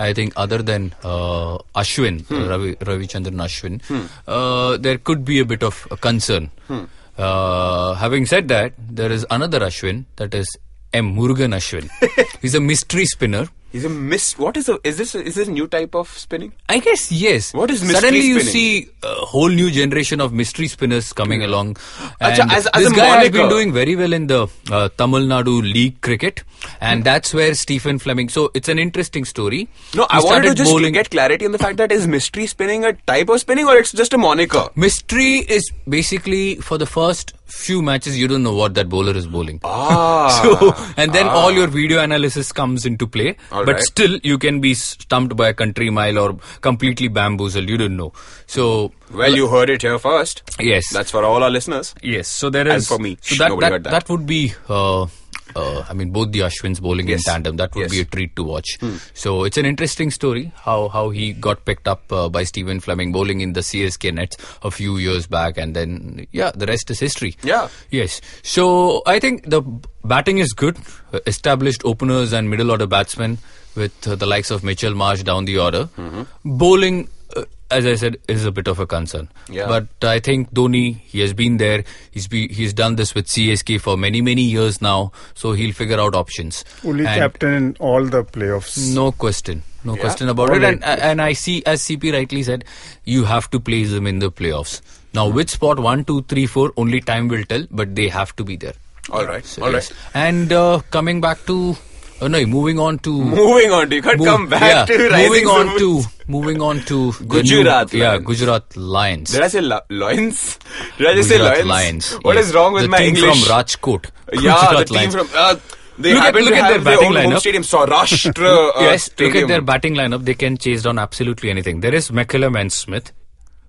S5: I think other than uh, Ashwin,
S3: Hmm.
S5: Ravi, Ravichandran Ashwin, uh, there could be a bit of a concern.
S3: Hmm.
S5: Uh, having said that, there is another Ashwin that is M. Murugan Ashwin. He's a mystery spinner.
S3: He's a miss. What is a, is this? Is this a new type of spinning?
S5: I guess yes.
S3: What is mystery
S5: suddenly you
S3: spinning?
S5: see a whole new generation of mystery spinners coming along.
S3: Acha,
S5: And
S3: as- as
S5: this
S3: a
S5: guy has been
S3: moniker.
S5: doing very well in the uh, Tamil Nadu League cricket, and that's where Stephen Fleming. So it's an interesting story.
S3: Hmm. No,
S5: He
S3: I wanted to
S5: started
S3: just
S5: bowling.
S3: get clarity on the fact that is mystery spinning a type of spinning or it's just a moniker.
S5: Mystery is basically for the first few matches you don't know what that bowler is bowling.
S3: Ah,
S5: So and then all your video analysis comes into play,
S3: All
S5: but
S3: right.
S5: still you can be stumped by a country mile or completely bamboozled. You don't know. So
S3: well, you heard it here first.
S5: yes,
S3: That's for all our listeners.
S5: Yes, so there is.
S3: And for me,
S5: so
S3: shh,
S5: that,
S3: nobody
S5: that,
S3: heard that.
S5: would be. Uh, uh, I mean, both the Ashwins bowling
S3: Yes.
S5: in tandem. That would
S3: Yes. Hmm.
S5: be a treat to watch. So it's an interesting story how how he got picked up uh, by Stephen Fleming bowling in the CSK nets a few years back, and then yeah, the rest is history.
S3: Yeah.
S5: Yes. So I think the b- batting is good. Uh, established openers and middle order batsmen with uh, the likes of Mitchell Marsh down the order. Bowling, uh, as I said, is a bit of a concern.
S3: Yeah.
S5: But I think Dhoni, he has been there. He's be, he's done this with CSK for many many years now. So he'll figure out options.
S4: Only
S5: And
S4: captain in all the playoffs.
S5: No question. No
S3: Yeah.
S5: question about
S4: All
S5: it. And, and I see, as CP rightly said, you have to place them in the playoffs. Now, which spot? One, two, three, four. Only time will tell. But they have to be there.
S3: All right,
S5: So,
S3: all
S5: yes.
S3: right.
S5: And uh, coming back to, oh no, moving on to.
S3: Moving on, to, you can't
S5: Move-
S3: come back
S5: yeah,
S3: to rising
S5: moving on
S3: Suns.
S5: to moving on to the new-
S3: Gujarat
S5: yeah,
S3: Lions.
S5: Gujarat Lions.
S3: Did I say lo- loins? Did I just
S5: Gujarat
S3: say
S5: Lions.
S3: lions? What is
S5: yes.
S3: wrong with
S5: the
S3: my
S5: team
S3: English?
S5: from Rajkot?
S3: yeah, the
S5: Gujarat
S3: team
S5: Lions.
S3: from. Uh, they
S5: Look at-
S3: happen
S5: look
S3: to
S5: at their
S3: have their
S5: batting
S3: own home
S5: lineup.
S3: stadium, Saurashtra. Uh,
S5: yes, look
S3: stadium.
S5: at their batting lineup. They can chase down absolutely anything. There is McCullum and Smith.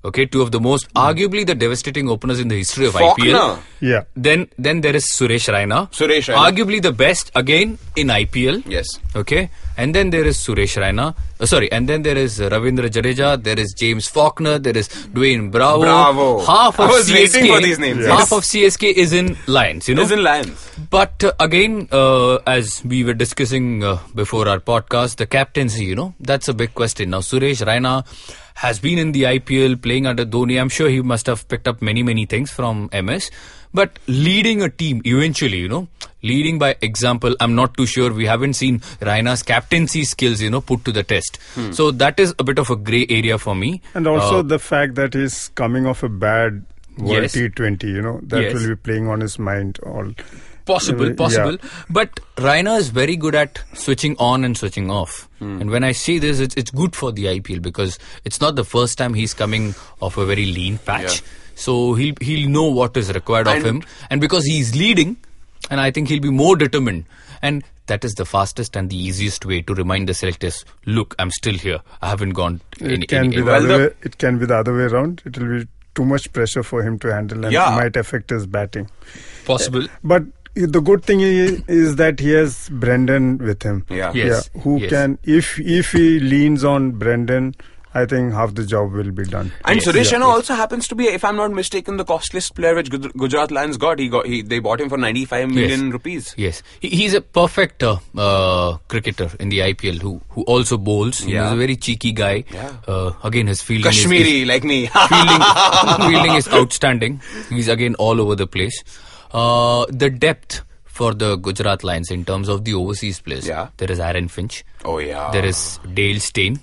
S5: Okay, two of the most, arguably the devastating openers in the history of IPL.
S3: Hmm. Faulkner.
S4: Yeah.
S5: Then, then there is Suresh Raina.
S3: Suresh Raina.
S5: arguably the best again in IPL.
S3: Yes.
S5: Okay, and then there is Suresh Raina. Uh, sorry, and then there is uh, Ravindra Jadeja. There is James Faulkner. There is Dwayne Bravo.
S3: Bravo.
S5: Half of
S3: I was
S5: CSK.
S3: waiting for these names,
S5: Half
S3: yes.
S5: of CSK is in Lions. You know,
S3: Is in lions.
S5: but uh, again, uh, as we were discussing uh, before our podcast, the captaincy, you know, that's a big question. Now, Suresh Raina has been in the IPL playing under Dhoni. I'm sure he must have picked up many, many things from MS. But leading a team eventually, you know, Leading by example, I'm not too sure. We haven't seen Raina's captaincy skills, you know, put to the test. So that is a bit of a grey area for me.
S4: Hmm. And also
S5: Uh,
S4: the fact that he's coming off a bad World
S5: Yes.
S4: T20, you know, that
S5: Yes.
S4: will be playing on his mind all.
S5: possible,
S4: Yeah.
S5: possible. But Raina is very good at switching on and switching off.
S4: Hmm.
S5: And when I see this, it's, it's good for the IPL because it's not the first time he's coming off a very lean patch.
S3: Yeah.
S5: So he'll he'll know what is required of
S3: And-
S5: him, and because he's leading, and I think he'll be more determined. And that is the fastest and the easiest way to remind the selectors: Look, I'm still here. I haven't gone.
S4: It can be the
S3: well,
S4: other
S3: the-
S4: way, it can be the other way around. It will be too much pressure for him to handle and
S3: Yeah.
S4: might affect his batting.
S5: possible.
S4: But the good thing i- is that he has Brendan with him.
S3: Yeah.
S5: Yes,
S4: Yeah, who
S5: yes.
S4: can if if he leans on Brendan, I think half the job will be done.
S3: And
S5: Yes,
S3: Suresh
S5: yeah,
S3: Raina also happens to be, if I'm not mistaken, the costliest player which Guj- Gujarat Lions got. He got he, they bought him for 95 million
S5: Yes.
S3: rupees.
S5: Yes, he, he's a perfect uh, uh, cricketer in the IPL who who also bowls.
S3: Yeah.
S5: He's a very cheeky guy.
S3: Yeah.
S5: Uh, again, his fielding is-
S3: Kashmiri,
S5: is,
S3: like me.
S5: fielding, fielding is outstanding. He's again all over the place. Uh, the depth for the Gujarat Lions in terms of the overseas players.
S3: Yeah.
S5: There is Aaron Finch.
S3: oh, yeah.
S5: There is Dale Steyn.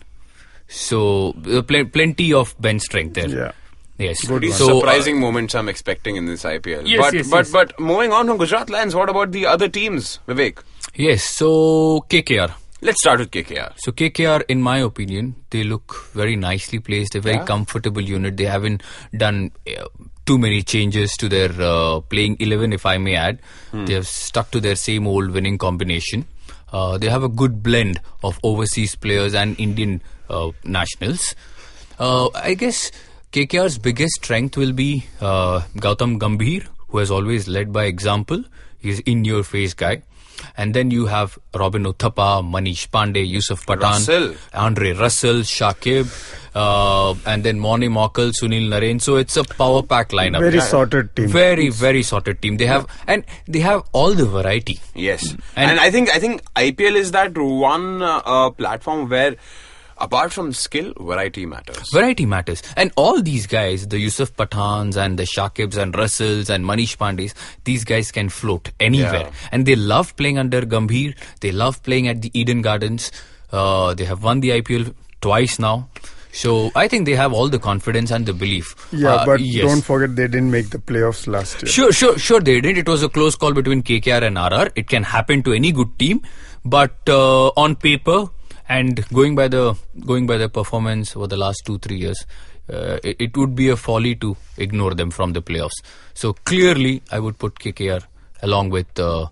S5: So uh, pl- plenty of bench strength there.
S4: Yeah.
S5: Yes.
S3: Pretty
S5: So, uh,
S3: surprising moments I'm expecting in this IPL.
S5: Yes,
S3: but
S5: yes,
S3: but
S5: yes.
S3: but moving on from Gujarat Lions, what about the other teams, Vivek?
S5: uh, yes. So KKR.
S3: Let's start with KKR.
S5: So KKR, in my opinion, they look very nicely placed. A very comfortable unit. They haven't done uh, too many changes to their uh, playing eleven, if I may add. They have stuck to their same old winning combination. Uh, they have a good blend of overseas players and Indian uh, nationals. Uh, I guess KKR's biggest strength will be uh, Gautam Gambhir, who has always led by example. He's in your face guy. And then you have Robin Uthappa, Manish Pandey, Yusuf Patan,
S3: Russell.
S5: Andre Russell, Shakib, uh, and then Moni Mokal, Sunil Narain. So it's a power pack lineup.
S4: Very sorted team.
S5: Very, very sorted team. They have, and they have all the variety.
S3: Yes, and,
S5: And-
S3: I think I think IPL is that one uh, uh, platform where, apart from skill, variety matters.
S5: Variety matters. And all these guys, the Yusuf Pathans and the Shakibs and Russells and Manish Pandes, these guys can float anywhere.
S3: Yeah.
S5: And they love playing under Gambhir. They love playing at the Eden Gardens. Uh, they have won the IPL twice now. So I think they have all the confidence and the belief.
S4: Yeah,
S5: Uh,
S4: but
S5: yes.
S4: don't forget they didn't make the playoffs last year.
S5: Sure, sure, sure. They did. It was a close call between KKR and RR. It can happen to any good team, but uh, on paper and going by the going by the performance over the last two three years, uh, it, it would be a folly to ignore them from the playoffs. So clearly, I would put KKR along with. Uh,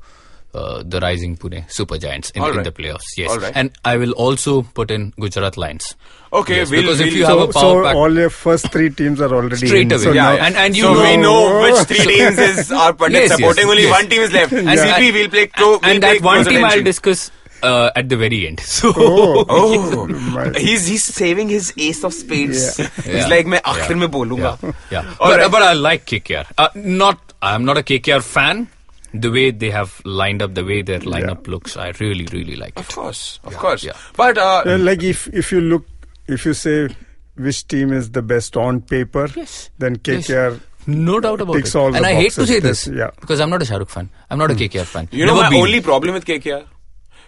S5: uh, the rising Pune Super Giants in,
S3: All
S5: in
S3: right.
S5: the playoffs, yes,
S3: All right.
S5: and I will also put in Gujarat Lions.
S3: Okay,
S5: Yes,
S3: we'll-
S5: because if
S3: we'll-
S5: you have
S4: So,
S5: a power
S4: so
S5: pack,
S4: all your first three teams are already
S5: Straight
S4: in.
S5: away,
S4: So
S5: yeah.
S4: now-
S5: and- and you
S3: so
S5: know-
S3: we know which
S5: So-
S3: three teams is our pundit
S5: Yes, yes,
S3: supporting. Only
S5: yes.
S3: one team is left. And
S5: and-
S3: CP, we'll play. Clo-
S5: and,
S3: we'll
S5: and that
S3: pay
S5: one
S3: close
S5: team I'll
S3: attention.
S5: discuss uh, at the very end. So
S4: oh,
S3: Oh,
S4: My-
S3: he's he's saving his ace of spades.
S4: Yeah.
S3: He's
S5: Yeah.
S3: like, मैं आखिर में बोलूंगा.
S5: yeah, yeah.
S3: All
S5: But, uh,
S3: right.
S5: but I like KKR. Uh, not I'm not a KKR fan. The way they have lined up, the way their lineup looks, I really, really like
S3: Of
S5: it.
S3: course, of course.
S5: yeah.
S3: But uh,
S4: Well, like if if you look, if you say which team is the best on paper,
S5: Yes.
S4: then
S5: Yes.
S4: KKR.
S5: No doubt about
S4: ticks
S5: it.
S4: all the
S5: and I hate to
S4: boxes.
S5: say
S4: This-
S5: this
S4: yeah.
S5: because I'm not a Shahrukh fan. I'm not a KKR fan.
S3: Hmm. you know
S5: Never
S3: my
S5: been.
S3: only problem with KKR.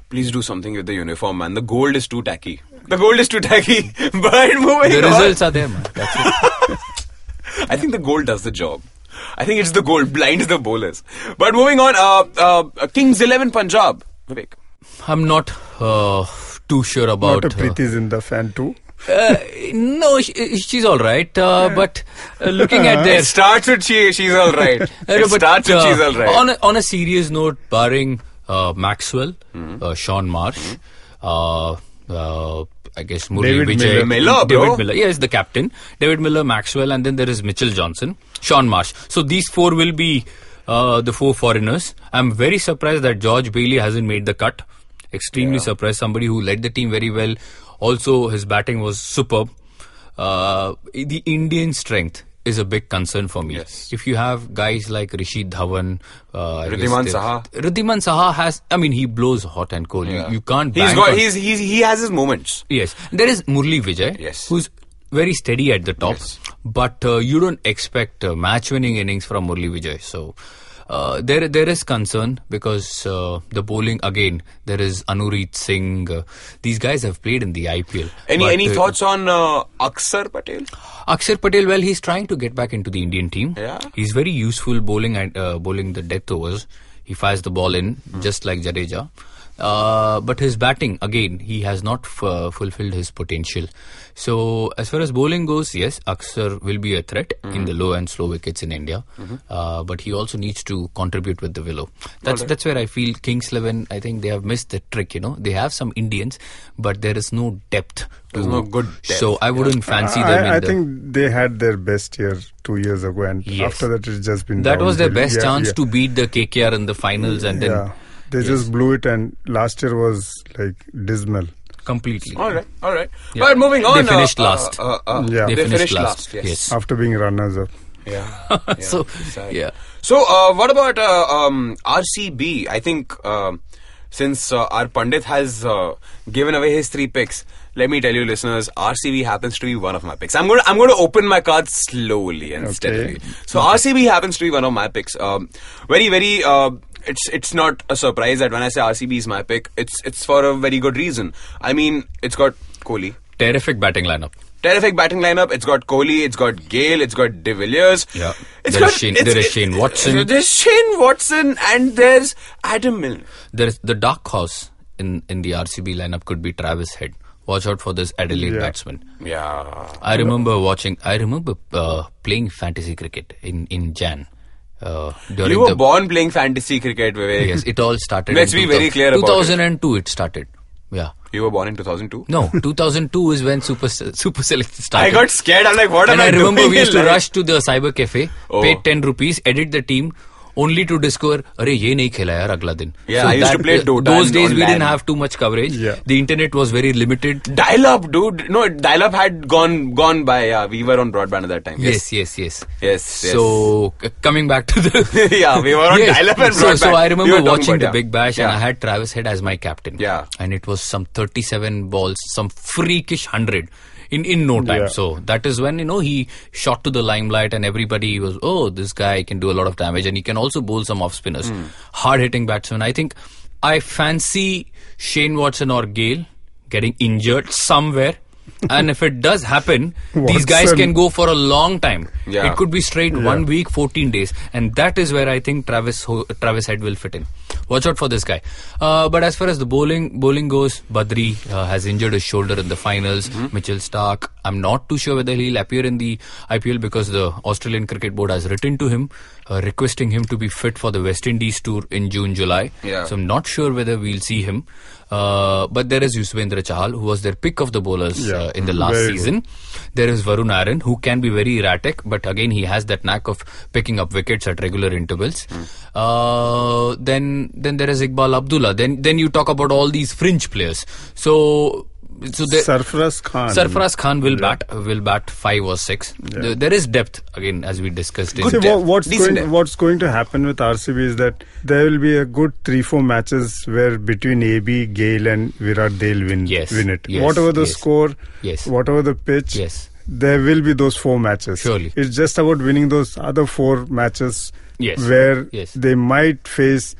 S3: Please do something with the uniform, man. The gold is too tacky. The gold is too tacky. but moving
S5: the
S3: on.
S5: results are there, man. That's it.
S3: I think the gold does the job. I think it's the gold blinds the bowlers. But moving on, uh, uh, Kings Eleven Punjab. Vivek.
S5: I'm not uh, too sure
S4: Not
S5: about.
S4: a
S5: uh,
S4: Preeti Zinda fan too.
S5: uh, no, she, she's all right. Uh, but uh, looking at their
S3: It starts with she. She's all right.
S5: No,
S3: it
S5: no, but,
S3: starts with
S5: uh,
S3: she's all right.
S5: On a, on a serious note, barring uh, Maxwell,
S3: Hmm.
S5: uh, Sean Marsh, uh, uh, I guess Murali
S4: David
S5: Vijay,
S4: Miller.
S3: Miller,
S5: David
S3: bro.
S5: Miller, yes, the captain, David Miller, Maxwell, and then there is Mitchell Johnson, Sean Marsh. So these four will be uh, the four foreigners. I'm very surprised that George Bailey hasn't made the cut. Extremely surprised. Somebody who led the team very well. Also, his batting was superb. Uh, the Indian strength is a big concern for me
S3: Yes.
S5: if you have guys like Rishi Dhawan, uh, I guess
S3: Riddhiman
S5: there's-
S3: Saha.
S5: Riddhiman Saha has. I mean, he blows hot and cold. You-
S3: Yeah.
S5: You, can't.
S3: He's
S5: bank
S3: got.
S5: on-
S3: He's, he's he has his moments.
S5: yes. There is Murli Vijay,
S3: Yes.
S5: who's very steady at the top, but uh, you don't expect uh, match-winning innings from Murli Vijay. So. Uh, there there is concern because uh, the bowling again. There is Anureet Singh. Uh, these guys have played in the IPL.
S3: Any
S5: but,
S3: any
S5: uh,
S3: thoughts on uh, Akshar Patel?
S5: Akshar Patel, well, he's trying to get back into the Indian team.
S3: Yeah.
S5: He's very useful bowling and uh, bowling the death overs. He fires the ball in
S3: Hmm.
S5: just like Jadeja. Uh, but his batting again, he has not f- uh, fulfilled his potential. So as far as bowling goes, yes, Akshar will be a threat
S3: Hmm.
S5: in the low and slow wickets in India.
S3: Mm-hmm.
S5: Uh, but he also needs to contribute with the willow. That's that's where I feel Kings Eleven. I think they have missed the trick. You know, they have some Indians, but there is no depth.
S3: There's
S5: to-
S3: no good depth.
S5: So I wouldn't fancy
S4: I,
S5: them. In
S4: I
S5: the,
S4: think they had their best year two years ago, and
S5: Yes.
S4: after that, it's just been
S5: That was their
S4: downhill.
S5: best
S4: Yeah,
S5: chance
S4: yeah.
S5: to beat the KKR in the finals and
S4: yeah.
S5: then
S4: They just blew it, and last year was like dismal.
S5: completely.
S3: All right, all right.
S5: Yeah.
S3: But moving
S5: They
S3: on,
S5: finished last.
S3: Uh, uh,
S4: Yeah.
S3: they, finished, last. Yes.
S4: After being runners up,
S3: Yeah. yeah.
S5: So,
S3: Sorry.
S5: yeah.
S3: So, uh, what about uh, um, RCB? I think um, since uh, our Pandit has uh, given away his three picks, let me tell you, listeners, RCB happens to be one of my picks. I'm going to I'm going to open my cards slowly and steadily. So, RCB happens to be one of my picks. Um, very, very. Uh, it's it's not a surprise that when I say RCB is my pick, it's it's for a very good reason. I mean, it's got Kohli.
S5: Terrific batting lineup.
S3: Terrific batting lineup. It's got Kohli, it's got Gale, it's got De Villiers.
S5: Yeah.
S3: It's
S5: There
S3: got-
S5: is Shane-
S3: it's-
S5: there is Shane Watson.
S3: There's Shane Watson and there's Adam Milne.
S5: There is the dark horse in, in the RCB lineup could be Travis Head. Watch out for this Adelaide
S4: Yeah.
S5: batsman.
S3: Yeah.
S5: I remember watching. I remember uh, playing fantasy cricket in in Jan. Uh, during
S3: You were
S5: the,
S3: born playing fantasy cricket, Vivek.
S5: Yes, it all started. in
S3: Let's be very
S5: 2000
S3: clear about it.
S5: 2002, it started. Yeah.
S3: You were born in 2002.
S5: No, 2002 is when Super Super Select started.
S3: I got scared. I'm like, what
S5: and
S3: am I,
S5: I remember
S3: doing
S5: we used
S3: in
S5: to
S3: life?
S5: rush to the cyber cafe,
S3: Oh.
S5: pay 10 rupees, edit the team, only to discover, अरे ये नहीं खेला यार अगला दिन.
S3: Yeah, I used to play Dota
S5: Those
S3: and
S5: days we
S3: online.
S5: didn't have too much coverage.
S4: Yeah.
S5: The internet was very limited.
S3: Dial up, dude. No, dial up had gone gone by. Yeah, we were on broadband at that time.
S5: Yes, yes, yes.
S3: Yes, yes.
S5: So c- coming back to the
S3: Yeah, we were on dial-up and
S5: so, so
S3: broadband.
S5: I
S3: We
S5: remember
S3: were talking
S5: watching
S3: about,
S5: the
S3: yeah.
S5: Big Bash and
S3: Yeah.
S5: I had Travis Head as my captain.
S3: Yeah.
S5: and it was some 37 balls, some freakish hundred in in no time.
S4: Yeah.
S5: So that is when you know he shot to the limelight and everybody was oh this guy can do a lot of damage and he can also bowl some off spinners,
S3: Hmm.
S5: hard hitting batsman. I think I fancy Shane Watson or Gale getting injured somewhere. and if it does happen, these guys
S4: Watson.
S5: can go for a long time.
S3: Yeah.
S5: It could be straight one week, 14 days. And that is where I think Travis Ho- Travis Head will fit in. Watch out for this guy. Uh, but as far as the bowling bowling goes, Badri uh, has injured his shoulder in the finals.
S3: Mm-hmm.
S5: Mitchell Stark, I'm not too sure whether he'll appear in the IPL because the Australian Cricket Board has written to him, uh, requesting him to be fit for the West Indies tour in June, July.
S3: Yeah.
S5: So I'm not sure whether we'll see him. Uh, but there is Yusvendra Chahal, who was their pick of the bowlers
S4: Yeah.
S5: uh, in the
S3: Mm-hmm.
S5: last
S4: Very good.
S5: season. There is Varun Aaron, who can be very erratic, but again, he has that knack of picking up wickets at regular intervals.
S4: Hmm.
S5: Uh, then, then there is Iqbal Abdullah. Then, then you talk about all these fringe players. So, so there,
S4: Sarfaraz Khan.
S5: Sarfaraz Khan will bat, will bat five or six. There- there is depth again, as we discussed. in
S4: See,
S5: depth.
S4: what, what's
S3: Decent
S4: going
S3: depth.
S4: what's going to happen with RCB is that there will be a good three four matches where between AB Gale and Virat they'll win
S5: Yes,
S4: win it
S5: yes,
S4: whatever the
S5: yes.
S4: score
S5: Yes.
S4: whatever the pitch
S5: Yes.
S4: there will be those four matches
S5: Surely.
S4: it's just about winning those other four matches
S5: Yes,
S4: where
S5: yes.
S4: they might face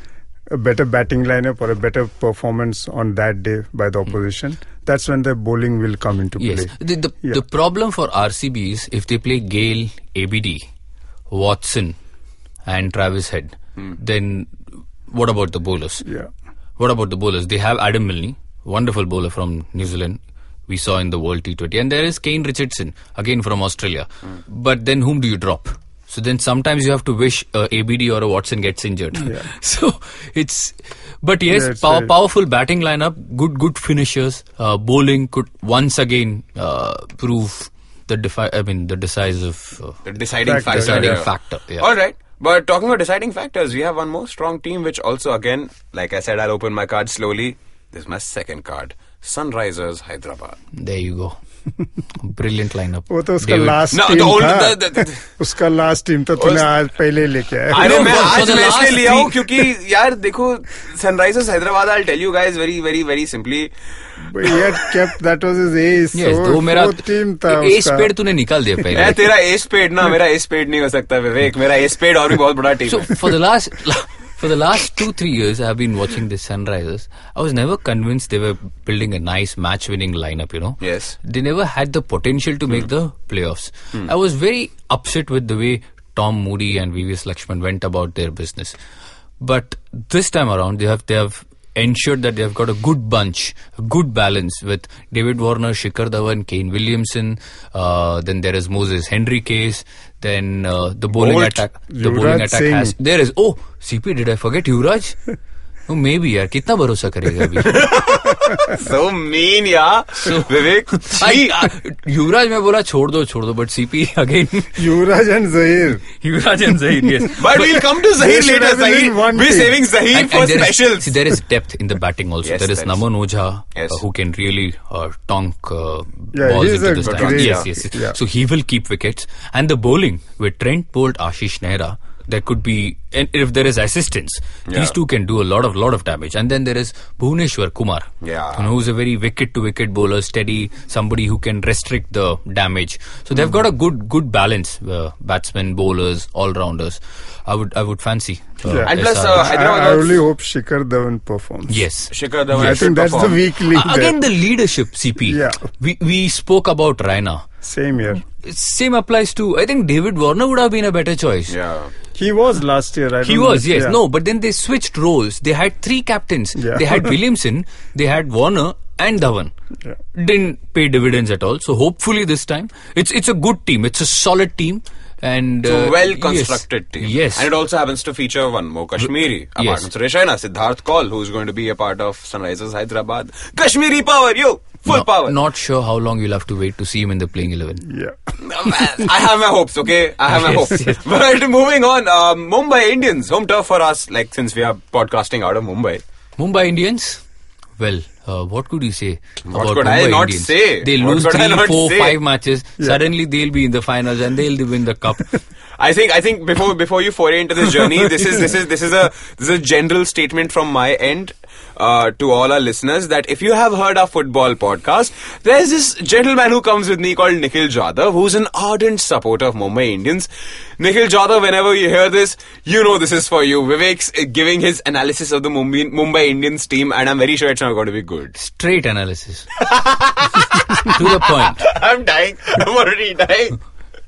S4: a better batting lineup or a better performance on that day by the opposition that's when their bowling will come into
S5: Hmm. Yes.
S4: play
S5: The, the,
S4: Yeah.
S5: the problem for RCB is if they play Gale, ABD, Watson, and Travis Head,
S4: Hmm.
S5: then what about the bowlers?
S4: yeah
S5: What about the bowlers? They have Adam Milne, wonderful bowler from New Zealand. We saw in the World T20, and there is Kane Richardson again from Australia.
S4: Hmm.
S5: But then whom do you drop? So then sometimes you have to wish uh, a ABD or a Watson gets injured. so it's, but yes,
S4: Yeah, it's
S5: power,
S4: very-
S5: powerful batting lineup, good good finishers, uh, bowling could once again uh, prove the defi- I mean the decisive. Uh,
S3: The deciding
S4: Factor,
S3: factor.
S5: Deciding
S3: yeah.
S5: factor, yeah.
S3: All right. But talking about deciding factors, we have one more strong team, which also, again, like I said, I'll open my card slowly. This is my second card Sunrisers Hyderabad.
S5: there you go, brilliant lineup.
S4: वो तो उसका
S5: David-
S4: last
S3: No,
S4: team
S3: the old-
S4: था
S3: the- the- the-
S4: उसका last team था तूने
S3: उस-
S4: आज पहले लेके आया
S3: अरे
S5: No,
S3: मैं
S5: for- for
S3: आज
S5: the
S3: मैं इसलिए
S5: last
S3: लिया हूँ
S5: three-
S3: क्योंकि यार देखो Sunrisers Hyderabad I tell you guys very very very simply
S4: but he had kept that was his ace.
S5: Yes
S4: so
S5: दो मेरा
S4: वो team था
S5: एस
S4: उसका।
S5: पेड़ तूने निकाल दिया
S3: यार
S5: पहले
S3: तेरा एस पेड ना मेरा एस पेड नहीं हो सकता विवेक मेरा एस पेड और भी बहुत बड़ा टीम
S5: So
S3: है
S5: for the last for the last two three years, I've been watching the Sunrisers. I was never convinced they were building a nice match-winning lineup. You know,
S3: Yes.
S5: they never had the potential to make the playoffs. I was very upset with the way Tom Moody and VVS Lakshman went about their business. But this time around, they have they have ensured that they have got a good bunch, a good balance with David Warner, Shikhar Dhawan, Kane Williamson. Uh, then there is Moses Henry case. Then uh, the bowling
S4: Bolt,
S5: attack, the bowling
S4: Yuvraj
S5: attack
S4: Singh.
S5: has there is oh cp did i forget yuvraj oh, maybe यार कितना भरोसा करेगा अभी
S3: so mean यार विवेक छी।
S5: I- I- युवराज मैं बोला छोड़ दो छोड़ दो but CP again
S4: Yuvraj and Zahir.
S5: Yuvraj and Zaheer yes
S3: But we'll come to Zahir
S4: should
S3: later.
S4: have been
S3: Zahir,
S4: doing one
S3: we're
S4: thing.
S3: saving Zahir
S5: And-
S3: for
S5: and there is-
S3: specials.
S5: see, there is depth in the batting also.
S3: Yes,
S5: there is
S3: there is.
S5: Naman Oja,
S3: Yes.
S5: uh, who can really uh, tonk uh,
S4: Yeah,
S5: balls
S4: he's
S5: into
S4: a
S5: the
S4: great-
S5: stands. Yes, yes. yes.
S4: yeah.
S5: So he will keep wickets. And the bowling with Trent Bolt, Ashish Nehra, there could be, and if there is assistance, these
S3: Yeah.
S5: two can do a lot of lot of damage. And then there is Bhuneshwar Kumar,
S3: Yeah.
S5: you know, who's a very wicket to wicket bowler, steady, somebody who can restrict the damage. So they've got a good good balance, uh, batsmen, bowlers, all rounders. I would I would fancy. uh,
S4: Yeah.
S3: And plus,
S5: SR.
S3: uh,
S4: I,
S3: Hyderabad
S4: I
S3: was-
S4: only hope Shikhar Dhawan performs.
S5: yes.
S3: Shikhar Dhawan
S4: I
S3: should
S4: think that's the
S3: perform.
S4: weak link.
S5: Uh, again, the leadership, CP.
S4: Yeah.
S5: We, we spoke about Raina.
S4: Same year.
S5: Same applies to, I think David Warner would have been a better choice.
S3: Yeah.
S4: He was last year. I
S5: He
S4: don't
S5: was,
S4: know.
S5: yes.
S4: Mm-hmm. Yeah.
S5: No, but then they switched roles. They had three captains.
S4: Yeah.
S5: They had Williamson, they had Warner and Dhawan.
S4: Yeah.
S5: Didn't pay dividends at all. So hopefully this time, it's it's a good team. It's a solid team. And
S3: It's a
S5: uh,
S3: well
S5: yes.
S3: constructed team.
S5: Yes.
S3: And it also happens to feature one more Kashmiri. Apart
S5: Yes.
S3: from Suresh Raina, Siddharth Kaul, who's going to be a part of Sunrisers Hyderabad. Kashmiri power, yo! Full
S5: No-
S3: power.
S5: Not sure how long you'll have to wait to see him in the playing 11.
S4: Yeah.
S3: I have my hopes, okay? I have my
S5: Yes,
S3: hopes.
S5: yes.
S3: But moving on, uh, Mumbai Indians, home turf for us, like since we are podcasting out of Mumbai.
S5: Mumbai Indians. Well, uh, what could you say
S3: What
S5: about
S3: could I
S5: Mumbai
S3: not
S5: Indians?
S3: say?
S5: They
S3: What
S5: lose
S3: could I
S5: three,
S3: not
S5: four,
S3: say?
S5: five matches. Suddenly they'll be in the finals and they'll win the cup.
S3: I think I think before before you foray into this journey, this is this is this is a this is a general statement from my end uh, to all our listeners that if you have heard our football podcast, there's this gentleman who comes with me called Nikhil Jadhav, who's an ardent supporter of Mumbai Indians. Nikhil Jadhav, whenever you hear this, you know this is for you. Vivek's uh, giving his analysis of the Mumbai Mumbai Indians team, and I'm very sure it's not going to be good.
S5: Straight analysis. to the point.
S3: I'm dying. I'm already dying.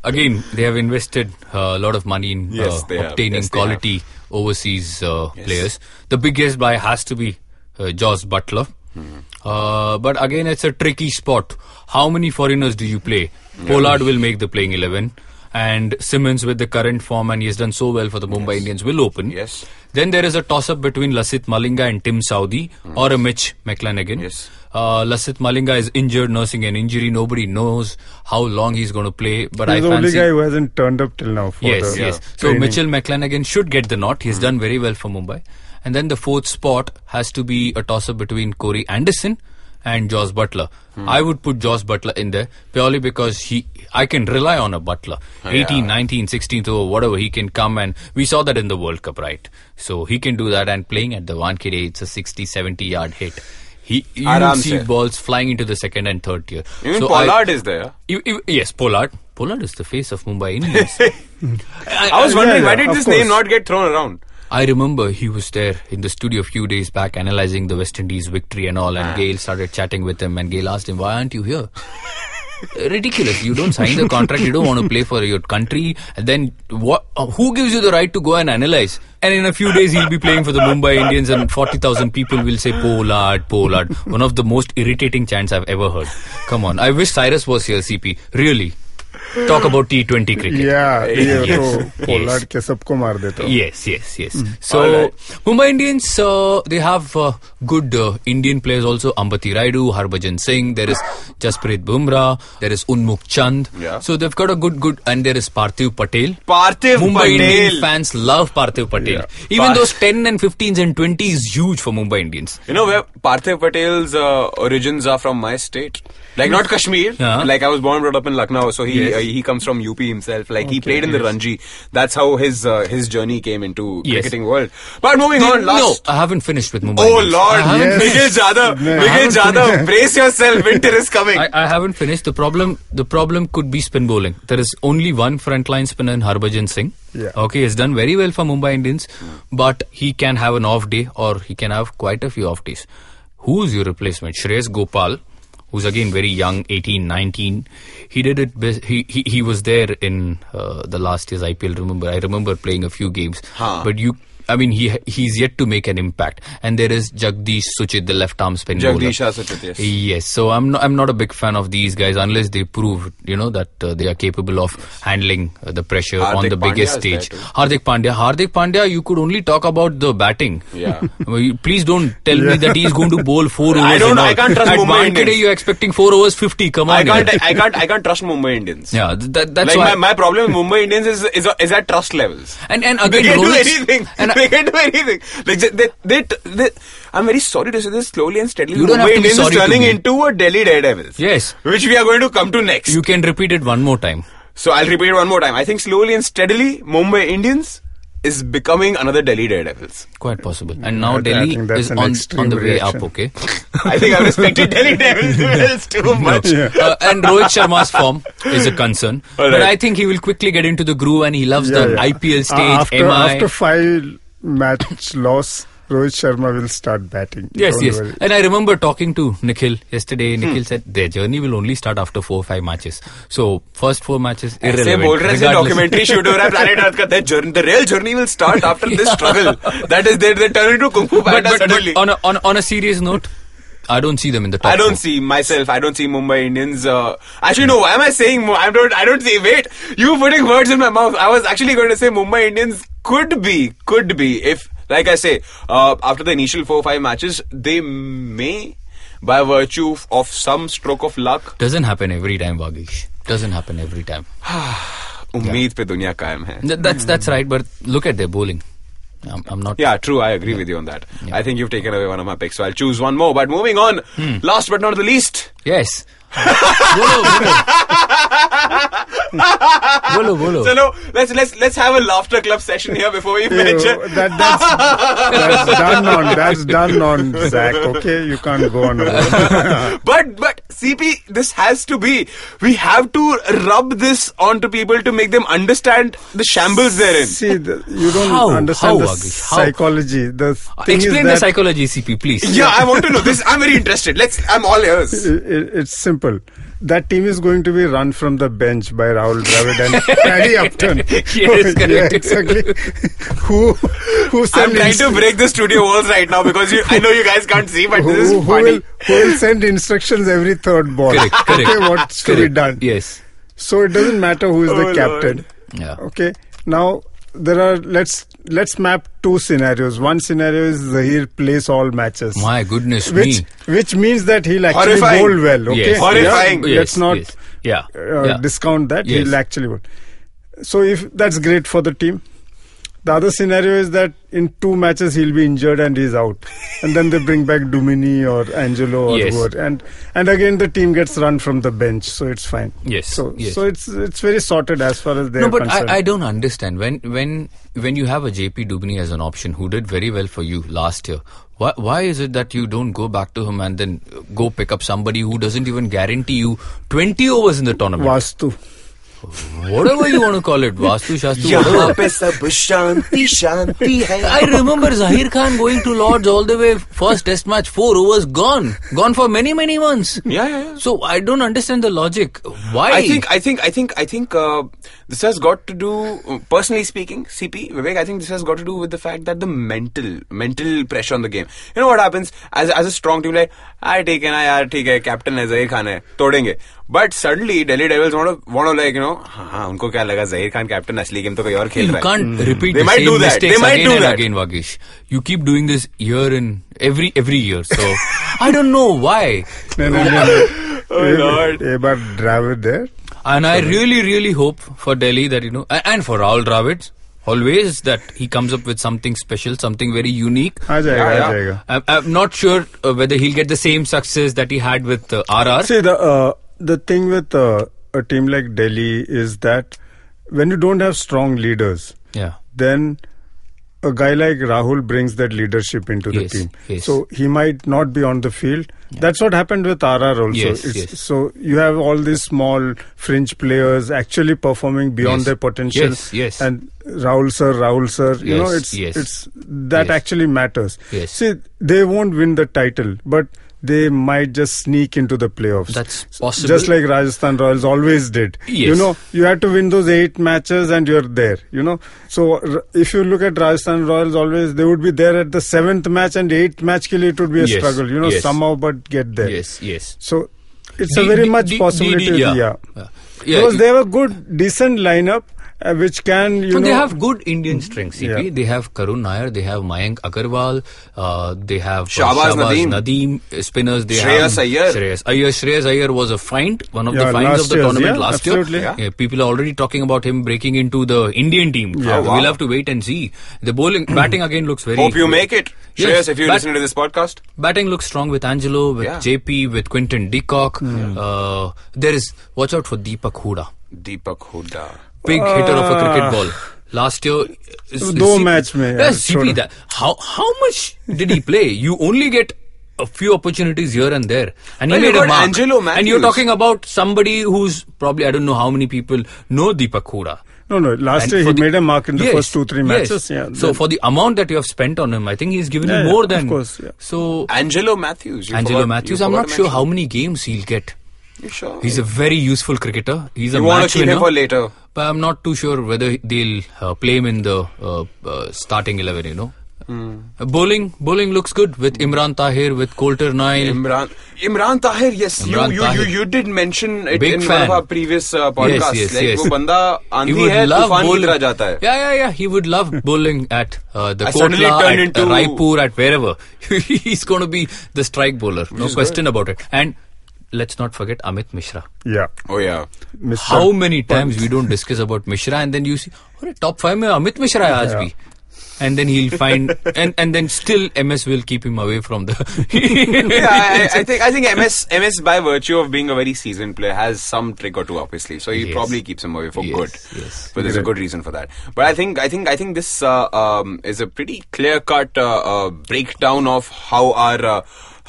S5: Again, they have invested uh, a lot of money in
S3: Yes,
S5: uh,
S3: they have.
S5: obtaining
S3: Yes, they have.
S5: quality overseas uh, players. The biggest buy has to be uh, Joss Butler.
S3: Hmm.
S5: Uh, but again, it's a tricky spot. How many foreigners do you play? Pollard will make the playing 11. And Simmons, with the current form, and he has done so well for the Mumbai Indians, will open.
S3: Yes.
S5: Then there is a toss up between Lasith Malinga and Tim Saudi or a Mitch McLanagan.
S3: Hmm. Yes.
S5: Uh, Lasith Malinga is injured, nursing an injury. Nobody knows how long he's going to play. But I
S4: He's the
S5: fancy
S4: only guy who hasn't turned up till now. For
S5: yes,
S4: the
S5: yes. So
S4: training. Hmm.
S5: Mitchell McLanagan should get the knot. He's done very well for Mumbai. And then the fourth spot has to be a toss up between Corey Anderson and Joss Butler.
S4: Hmm.
S5: I would put Joss Butler in there purely because he I can rely on a Butler. 18, 19, 16th over, whatever, he can come and we saw that in the World Cup, right? So he can do that and playing at the Wankhede, it's a 60, 70 yard hit. He, you
S3: Aram
S5: see
S3: se.
S5: balls flying into the second and third tier.
S3: Even
S5: So I-
S3: Pollard is there.
S5: you- you- yes, Pollard. Pollard is the face of Mumbai Indians. I,
S3: I was
S4: Yeah,
S3: wondering why
S4: yeah,
S3: did
S4: of
S3: this
S4: course.
S3: name not get thrown around.
S5: I remember he was there in the studio a few days back analyzing the West Indies victory and all, and Gail started chatting with him, and Gail asked him, Why aren't you here? Ridiculous. You don't sign the contract, you don't want to play for your country, and then what, uh, who gives you the right to go and analyze? And in a few days, he'll be playing for the Mumbai Indians, and 40,000 people will say, Pollard, Pollard. One of the most irritating chants I've ever heard. Come on. I wish Cyrus was here, CP. Really. Talk about T20 cricket.
S4: Yeah,
S5: Yes,
S4: ये
S5: yes.
S4: तो Pollard के सबको मार देता हूँ।
S5: Yes, yes,
S3: Hmm.
S5: yes. So, Mumbai Indians, uh, they have uh, good uh, Indian players also. Ambati Raidu, Harbhajan Singh, there is Jasprit Bumrah, there is Unmukh Chand.
S3: Yeah.
S5: So, they've got a good, good, and there is Parthiv Patel.
S3: Parthiv
S5: Mumbai
S3: Patel.
S5: Indian fans love Parthiv Patel. Even
S3: Par-
S5: those 10 and 15s and 20s is huge for Mumbai Indians.
S3: You know where Parthiv Patel's uh, origins are from my state? Like not Kashmir.
S5: Yeah.
S3: Like I was born and brought up in Lucknow, so he
S5: Yes.
S3: uh, he comes from UP himself. Like he played in the Ranji. That's how his uh, his journey came into
S5: Yes.
S3: cricketing world. But moving on,
S5: no,
S3: last.
S5: I haven't finished with Uh, Mumbai.
S3: Oh
S5: Indians.
S3: Lord,
S5: I haven't
S4: Yes.
S5: finished.
S3: Miguel Jadhav,
S4: No, I
S3: Miguel
S4: haven't
S3: Jadhav,
S4: finished.
S3: brace yourself. Winter is coming.
S5: I, I haven't finished. The problem the problem could be spin bowling. There is only one frontline spinner in Harbhajan Singh.
S4: Yeah.
S5: Okay, he's done very well for Mumbai Indians, but he can have an off day or he can have quite a few off days. Who's your replacement? Shreyas Gopal, who's again very young, 18, 19. He did it best. He, he, he was there in uh, the last year's IPL, remember? I remember playing a few games.
S3: Huh.
S5: But you. I mean, he he's yet to make an impact, and there is Jagdish Suchit, the left arm spin bowler.
S3: Jagdish has it with yes.
S5: Yes, so I'm not, I'm not a big fan of these guys unless they prove you know that uh, they are capable of handling uh, the pressure on
S3: Hardik
S5: the
S3: Pandya
S5: biggest
S3: is there
S5: stage.
S3: too.
S5: Hardik Pandya, Hardik Pandya, you could only talk about the batting.
S3: Yeah.
S5: I mean, you- please don't tell me that he's going to bowl four overs.
S3: I don't-
S5: and
S3: I
S5: all.
S3: can't trust
S5: At
S3: Mumbai
S5: Wankhede,
S3: Indians.
S5: you're expecting four overs, fifty. Come on,
S3: I can't,
S5: yeah.
S3: I can't, I can't trust Mumbai Indians.
S5: yeah, th- that, that's
S3: like
S5: why.
S3: my, my problem with Mumbai Indians is is, is at trust levels.
S5: and and
S3: They
S5: again,
S3: can do
S5: Rohit-
S3: anything.
S5: and I-
S3: they can do anything. Like ju- they, they, t- they, I'm very sorry to say this slowly and steadily.
S5: You
S3: Mumbai
S5: don't have to be
S3: Indians
S5: sorry
S3: is
S5: to
S3: turning
S5: me.
S3: into a Delhi Daredevils.
S5: Yes.
S3: Which we are going to come to next.
S5: you can repeat it one more time.
S3: so I'll repeat it one more time. I think slowly and steadily, Mumbai Indians is becoming another Delhi Daredevils.
S5: Quite possible. And now
S4: I
S5: Delhi
S4: think that's
S5: is
S4: an
S5: on on
S4: extreme
S5: the way up.
S4: reaction.
S5: Okay.
S3: I think I've respected Delhi Daredevils too much.
S5: Uh, and Rohit Sharma's form is a concern.
S3: All
S5: But
S3: right.
S5: I think he will quickly get into the groove and he loves
S4: Yeah,
S5: the
S4: yeah.
S5: IPL stage,
S4: A- after,
S5: MI.
S4: after five match loss, Rohit Sharma will start batting.
S5: yes,
S4: Don't
S5: yes.
S4: worry.
S5: And I remember talking to Nikhil yesterday. Nikhil said their journey will only start after four or five matches. So, first four matches,
S3: ऐसे
S5: irrelevant.
S3: बोल रहे हैं
S5: regardless.
S3: Documentary shoot हो रहा है planet Earth का the journey the real journey will start after this struggle that is they they turn into kung fu
S5: But,
S3: panda
S5: but,
S3: suddenly
S5: but on, a, on, a- on a serious note, I don't see them in the top
S3: I don't
S5: four.
S3: see myself. I don't see Mumbai Indians. Uh, actually, no. Why am I saying? Mu- I don't. I don't say. Wait, you putting words in my mouth. I was actually going to say Mumbai Indians could be, could be. If, like I say, uh, after the initial four five matches, they may, by virtue of- of some stroke of luck,
S5: Doesn't happen every time, Vagish. Doesn't happen every time.
S3: उम्मीद पे दुनिया कायम है.
S5: Th- that's, that's right, but look at their bowling. I'm, I'm not.
S3: Yeah, true. I agree with you on that. I think you've taken away one of my picks, so I'll choose one more. But moving on, last but not the least,
S5: Yes. bolo, bolo. Bolo, bolo.
S3: So no, let's let's let's have a laughter club session here before we finish.
S4: Ew, that, that's, that's done on. That's done on, Zach. Okay, you can't go on. about-
S3: but but CP, this has to be. We have to rub this onto people to make them understand the shambles they're in.
S4: See, the, you don't
S5: How?
S4: understand
S5: How,
S4: the
S5: Agish? How?
S4: psychology. The
S5: Uh,
S4: thing
S5: Explain the
S4: is that
S5: psychology, CP, please.
S3: Yeah, I want to know this. I'm very interested. Let's. I'm all ears.
S4: i- i- it's simple. That team is going to be run from the bench by Rahul Dravid and Paddy Upton.
S5: Yes, correct.
S4: yeah, exactly. who who
S3: I'm
S4: send
S3: trying
S4: inst-
S3: to break the studio walls right now because you, I know you guys can't see, but
S4: who,
S3: this
S4: who
S3: is funny.
S4: will, who will send instructions every third ball?
S5: Correct, correct.
S4: Okay, what's to be
S5: Correct.
S4: done?
S5: Yes.
S4: So it doesn't matter who is
S3: Oh,
S4: the captain.
S3: Lord.
S5: Yeah.
S4: Okay. Now there are let's let's map two scenarios. One scenario is Zahir plays all matches.
S5: My goodness
S4: which
S5: me.
S4: which means that he'll actually
S3: Horrifying.
S4: bowl well. Okay,
S5: Yes.
S3: Horrifying.
S4: Yeah, Let's
S5: Yes,
S4: not
S5: yes. Yeah.
S4: Uh,
S5: yeah.
S4: discount that.
S5: Yes.
S4: He'll actually bowl. So if that's great for the team. The other scenario is that in two matches he'll be injured and he's out, and then they bring back Dumini or Angelo or
S5: Yes.
S4: whoever, and and again the team gets run from the bench, so it's fine.
S5: Yes,
S4: So
S5: yes.
S4: so it's it's very sorted as far as they're
S5: No, but
S4: concerned.
S5: I, I don't understand when when when you have a JP Dubney as an option who did very well for you last year. Why why is it that you don't go back to him and then uh, go pick up somebody who doesn't even guarantee you 20 overs in the tournament?
S4: Vastu.
S5: Whatever you want to call it, Vastu Shastu,
S7: यहाँ
S5: whatever.
S7: पे सब शांति शांति है
S5: I remember Zahir Khan going to Lords all the way first test match four overs gone gone for many many months
S3: Yeah, yeah, yeah.
S5: so I don't understand the logic why
S3: I think, I think, I think, I think uh, this has got to do, personally speaking, CP Vivek. I think this has got to do with the fact that the mental, mental pressure on the game. You know what happens as as a strong team like, I take na yaar, theek hai, captain hai, Zahir Khan hai, todenge. But suddenly Delhi Devils want to want to like you know, हाँ हाँ, उनको क्या लगा Zahir Khan captain असली game तो कोई और खेल
S5: you
S3: रहा है.
S5: can't repeat
S3: They
S5: the
S3: might
S5: same
S3: do that.
S5: mistakes
S3: They might
S5: again
S3: do
S5: and
S3: that.
S5: again Vagish you keep doing this year in every every year so I don't know why
S4: No, no, no, no.
S3: Oh,
S4: Eh,
S3: Lord.
S4: eh, but Dravid there.
S5: and I really really hope for Delhi that you know a- and for Rahul Dravid always that he comes up with something special something very unique
S4: आ जाएगा
S3: Yeah,
S4: आ
S3: yeah.
S4: जाएगा
S5: I'm, I'm not sure uh, whether he'll get the same success that he had with uh, RR
S4: See the uh, the thing with uh, a team like Delhi is that when you don't have strong leaders,
S5: Yeah.
S4: then a guy like Rahul brings that leadership into
S5: Yes,
S4: the team.
S5: yes.
S4: So he might not be on the field. That's what happened with RR also.
S5: Yes,
S4: It's-
S5: yes.
S4: So you have all these small fringe players actually performing beyond
S5: Yes.
S4: their potential.
S5: Yes, yes.
S4: And Rahul sir, Rahul sir, you know,
S5: Yes,
S4: it's
S5: yes.
S4: it's that
S5: Yes.
S4: actually matters.
S5: Yes.
S4: See, they won't win the title, but they might just sneak into the playoffs.
S5: That's possible.
S4: Just like Rajasthan Royals always did. You
S5: Yes.
S4: know, you had to win those eight matches and you're there you know so r- if you look at rajasthan royals always they would be there at the seventh match and eighth match kill it would be a
S5: Yes,
S4: struggle you know
S5: yes.
S4: somehow but get there
S5: Yes, yes.
S4: so it's
S5: D-
S4: a very
S5: D-
S4: much
S5: D-
S4: possibility
S5: D- yeah. Yeah. Yeah,
S4: because
S5: it-
S4: they have a good decent lineup uh, which can you
S5: And
S4: know Mm-hmm.
S5: they have good Indian strengths. CP.
S4: Yeah.
S5: They have Karun Nair, they have Mayank Agarwal, uh, they have uh,
S3: Shahbaz Nadeem.
S5: Nadeem, uh, spinners. They
S3: Shreyas
S5: have
S3: Iyer.
S5: Shreyas Iyer. Shreyas Iyer was a find, one of
S4: Yeah,
S5: the finds of
S4: last
S5: the
S4: year's,
S5: tournament
S4: yeah,
S5: last
S4: absolutely.
S5: year.
S4: Yeah.
S5: people are already talking about him breaking into the Indian team.
S3: Yeah. Oh, wow.
S5: We'll have to wait and see. The bowling, batting again looks very.
S3: Hope you make it.
S5: Yes,
S3: Shreyas, if you
S5: but-
S3: listen to this podcast,
S5: Batting looks strong with Angelo, with
S3: Yeah.
S5: JP, with Quinton Decock.
S4: Hmm.
S5: Uh, there is watch out for Deepak Huda,
S3: Deepak Huda.
S5: big hitter of a cricket
S4: Ah.
S5: ball. Last year, is-
S4: दो
S5: is-
S4: match में
S5: Yeah,
S4: यार,
S5: CP
S4: छोड़ो।
S5: that how how much did he play? You only get a few opportunities here and there, and he
S3: Well, you
S5: made a
S3: got
S5: mark.
S3: Angelo
S5: and you're
S3: Matthews.
S5: talking about somebody who's probably I don't know how many people know Deepak Huda.
S4: no no last
S5: And
S4: year
S5: for
S4: he
S5: the-
S4: made a mark in the
S5: Yes,
S4: first two three
S5: yes.
S4: matches yeah
S5: So
S4: then-
S5: for the amount that you have spent on him, I think he's given
S4: Yeah,
S5: you
S4: yeah,
S5: more
S4: of
S5: than
S4: course, yeah.
S5: So
S3: Angelo Matthews. You
S5: Angelo
S3: forgot-
S5: Matthews,
S3: you
S5: I'm
S3: forgot
S5: not
S3: to
S5: sure
S3: mention.
S5: how many games he'll get.
S3: You sure?
S5: He's a very useful cricketer. He's a
S3: You wanna
S5: match
S3: keep him
S5: winner.
S3: for later.
S5: But I'm not too sure whether they'll uh, play him in the uh, uh, starting eleven. You know,
S3: Hmm.
S5: Uh, bowling bowling looks good with Imran Tahir, with Coulter Nile.
S3: Imran Imran Tahir, yes,
S5: Imran
S3: you, you,
S5: Tahir.
S3: you you did mention it
S5: Big
S3: in one
S5: fan.
S3: of our previous uh, podcasts.
S5: Yes, yes,
S3: like
S5: yes.
S3: वो बंदा
S5: He
S3: आंधी
S5: would
S3: है
S5: love
S3: तूफान की
S5: bowling.
S3: तरह जाता है.
S5: Yeah, yeah, yeah. He would love bowling at uh, the
S3: I suddenly
S5: Kotla, at
S3: turned
S5: uh,
S3: into-
S5: Raipur, at wherever. He's going to be the strike bowler. No question about it. And let's not forget Amit Mishra.
S4: yeah
S3: Oh yeah.
S4: Mr.
S5: How many times we don't discuss about Mishra and then you see, "अरे, top five में अमित मिश्रा है आज भी." And then he'll find, and and then still MS will keep him away from the.
S3: Yeah, I, I- I think I think MS MS by virtue of being a very seasoned player has some trick or two up his sleeve, so he
S5: Yes.
S3: probably keeps him away for
S5: Yes,
S3: good.
S5: yes.
S3: but there's a good reason for that. But I think I think I think this uh, um, is a pretty clear cut uh, uh, breakdown of how our uh,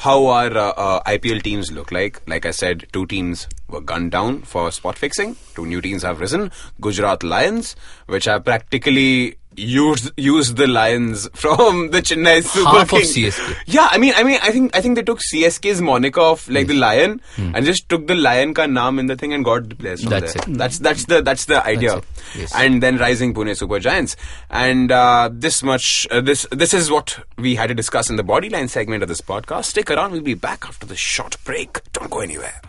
S3: how our uh, uh, IPL teams look like. Like I said, two teams were gunned down for spot fixing. Two new teams have risen: Gujarat Lions, which have practically. Used, used the lions from the Chennai Super
S5: Half of
S3: Kings.
S5: CSK.
S3: Yeah, I mean, I mean, I think, I think they took CSK's moniker of like the
S5: Hmm.
S3: lion and just took the lion ka naam in the thing and got the players from
S5: That's
S3: there.
S5: it.
S3: That's that's the that's the idea.
S5: it. Yes.
S3: And then rising Pune Super Giants. And uh, this much, uh, this this is what we had to discuss in the bodyline segment of this podcast. Stick around, we'll be back after this short break. Don't go anywhere.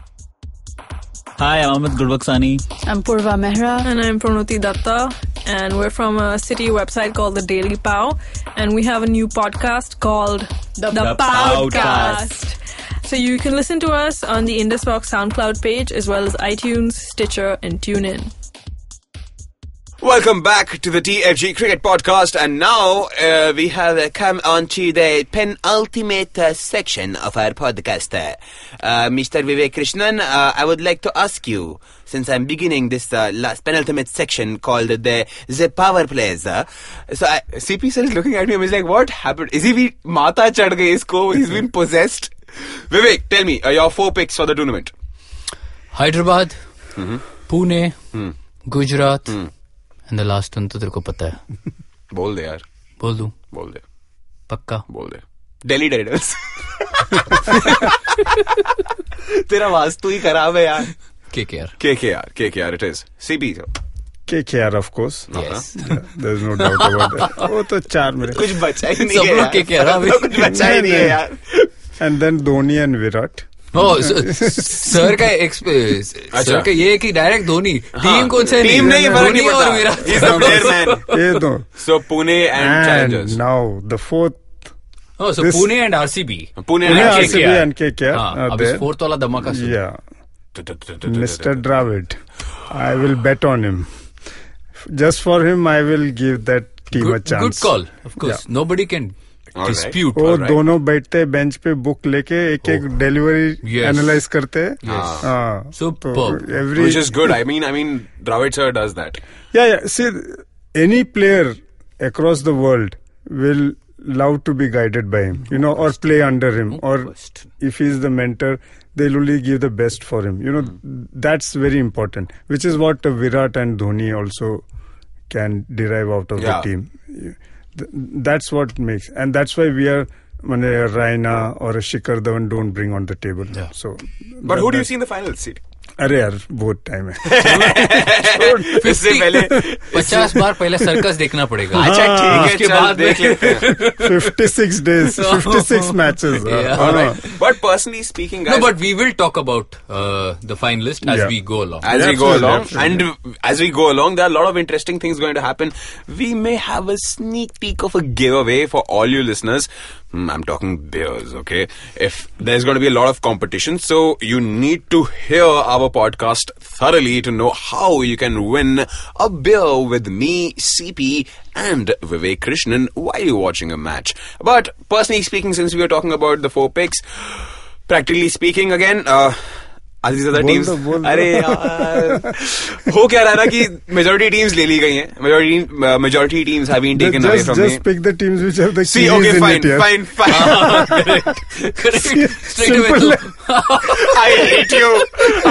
S8: Hi, I'm Amit Gulbaksani.
S9: I'm Purva Mehra.
S10: And I'm Pranoti Datta, and we're from a city website called The Daily Pow, and we have a new podcast called The,
S8: The
S10: Powcast. So you can listen to us on the IndusBox SoundCloud page as well as iTunes, Stitcher, and TuneIn.
S3: Welcome back to the TFG Cricket Podcast, and now uh, we have uh, come on to the penultimate uh, section of our podcast. Uh, Mr. Vivek Krishnan, uh, I would like to ask you, since I'm beginning this uh, last penultimate section called the the power plays. Uh, so I, CP sir is looking at me and he's like, "What happened? Is he been mata chad gaye isko? He's been possessed." Vivek, tell me uh, your four picks for the tournament.
S5: Hyderabad,
S3: Mm-hmm.
S5: Pune,
S3: Mm.
S5: Gujarat, and the last one तो तेरे को पता है.
S3: Bol de yaar,
S5: बोल दूं
S3: bol de,
S5: पक्का.
S3: bol de. Delhi Daredevils. तेरा वास्तु ही खराब है यार
S5: KKR.
S3: KKR, KKR it is. CB sir.
S4: KKR, of course.
S5: Yes.
S4: Yeah, there's no doubt about that. वो तो चार मेरे
S3: कुछ बचा ही नहीं
S5: सब
S3: है
S5: लोग
S3: यार।
S5: KKR अभी।
S3: सब कुछ बचा ही नहीं है यार
S4: And then Dhoni and Virat.
S5: Oh, so- sir का एक्सपीरियंस सर का ये है कि डायरेक्ट धोनी टीम कौन सा अच्छा है
S3: टीम नहीं फर्क
S5: धोनी
S3: नहीं पड़ता He's the
S5: और विराट
S3: player man.
S4: ये दो.
S3: So Pune and, Challengers.
S4: And now the fourth.
S5: Oh, so
S4: This-
S5: Pune and RCB.
S3: Pune
S4: Pune,
S3: and
S4: RCB
S3: KKR.
S4: and KKR
S5: हाँ,
S4: are
S5: अब इस
S4: there.
S5: फोर्थ वाला धमाका सुन
S4: Yeah. Mr. Dravid. I will bet on him. Just for him, I will give that team a
S5: good,
S4: chance.
S5: good call. Of course, nobody can
S3: All right. Oh,
S5: dispute.
S4: वो
S3: All right. Oh.
S4: दोनों बैठते हैं bench पे book लेके एक एक delivery
S5: Yes.
S4: Analyse करते हैं हाँ,
S5: Superb.
S4: तो every-
S3: Which is good. I mean, I mean, Dravid sir does that.
S4: Yeah, yeah. See, any player across the world will love to be guided by him, you know, or play under him, or
S5: question.
S4: if he's the mentor, they'll only give the best for him. You know,
S3: Hmm.
S4: that's very important, which is what uh, Virat and Dhoni also can derive out of
S3: Yeah.
S4: the team. You- th- That's what makes, and that's why we are. Mane, a Raina or a Shikhar Dhawan don't bring on the table.
S5: Yeah.
S4: So,
S3: But who do you see in the finals? See,
S4: अरे यार बहुत time है
S3: इससे पहले
S5: पचास बार पहले circus देखना पड़ेगा
S3: अच्छा ठीक है
S5: उसके
S3: चल
S5: बाद
S3: देख
S5: में-
S3: लेते हैं
S4: 56 days, 56 matches.
S5: Yeah.
S4: Uh,
S3: All right. But personally speaking, guys,
S5: No, but we will talk about uh, the finalist as
S4: Yeah.
S5: we go along.
S3: as we go
S4: Absolutely,
S3: along, and
S4: absolutely.
S3: as we go along, there are a lot of interesting things going to happen. We may have a sneak peek of a giveaway for all you listeners. Hmm, I'm talking beers, okay? If there's going to be a lot of competition, so you need to hear our podcast thoroughly to know how you can win a beer with me, CP, and Vivek Krishnan while you're watching a match. But personally speaking, since we were talking about the four picks, practically speaking, again. Uh, आधी ज्यादा
S4: बोल
S3: teams
S4: दो, बोल दो।
S3: अरे यार Uh, हो क्या रहा है ना कि मेजोरिटी टीम्स ले ली गई हैं uh, majority majority teams have been taken away
S4: just,
S3: from
S4: just pick the teams which have the
S3: See,
S4: keys
S3: okay,
S4: in
S3: fine,
S4: it. yeah.
S3: fine, fine.
S5: Correct. Straight away. तो
S4: Simple.
S3: I hate you.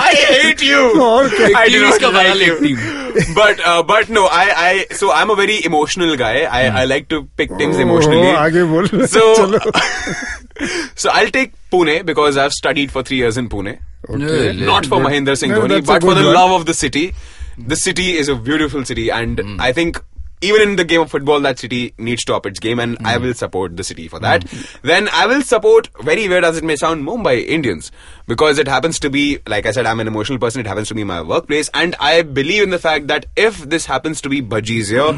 S3: I hate you.
S4: और क्या?
S3: I do
S5: Teams
S3: not
S5: का बना
S3: like
S5: लेती
S3: you. But uh, but no, I I so I'm a very emotional guy. I I like to pick teams emotionally.
S4: Hmm. Oh, आगे बोल
S3: So
S4: चलो
S3: so I'll take Pune because I've studied for three years in Pune.
S5: No, no.
S3: not for
S4: good.
S3: Mahinder Singh
S4: No,
S3: Dhoni,
S4: that's a
S3: but for
S4: good
S3: the
S4: one.
S3: love of the city. The city is a beautiful city, and I think even in the game of football, that city needs to up its game, and I will support the city for that. Then I will support, very weird as it may sound, Mumbai Indians because it happens to be, like I said, I'm an emotional person. It happens to be my workplace, and I believe in the fact that if this happens to be Bajis here,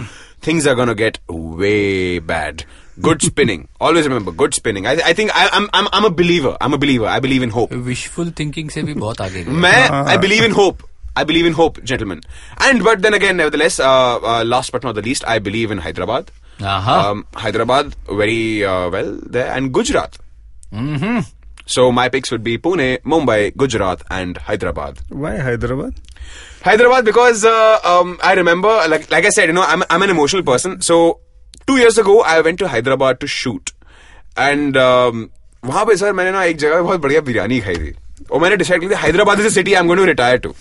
S3: things are gonna get way bad. Good spinning. Always remember, good spinning. I, I think I, I'm, I'm, I'm a believer. I'm a believer. I believe in hope.
S5: Wishful thinking से भी बहुत आगे गए।
S3: मैं I believe in hope I believe in hope gentleman and but then again nevertheless last but not the least I believe in Hyderabad
S5: Aha.
S3: Um, Hyderabad very well there and Gujarat So my picks would be Pune, Mumbai, Gujarat, and Hyderabad.
S4: why Hyderabad
S3: Hyderabad because uh, um, I remember, like like I said, you know, I'm I'm an emotional person. So two years ago, I went to Hyderabad to shoot, and um, वहाँ पे sir मैंने ना एक जगह पे बहुत बढ़िया बिरयानी खाई थी और मैंने डिसाइड किया था, Hyderabad is a city I am going to retire to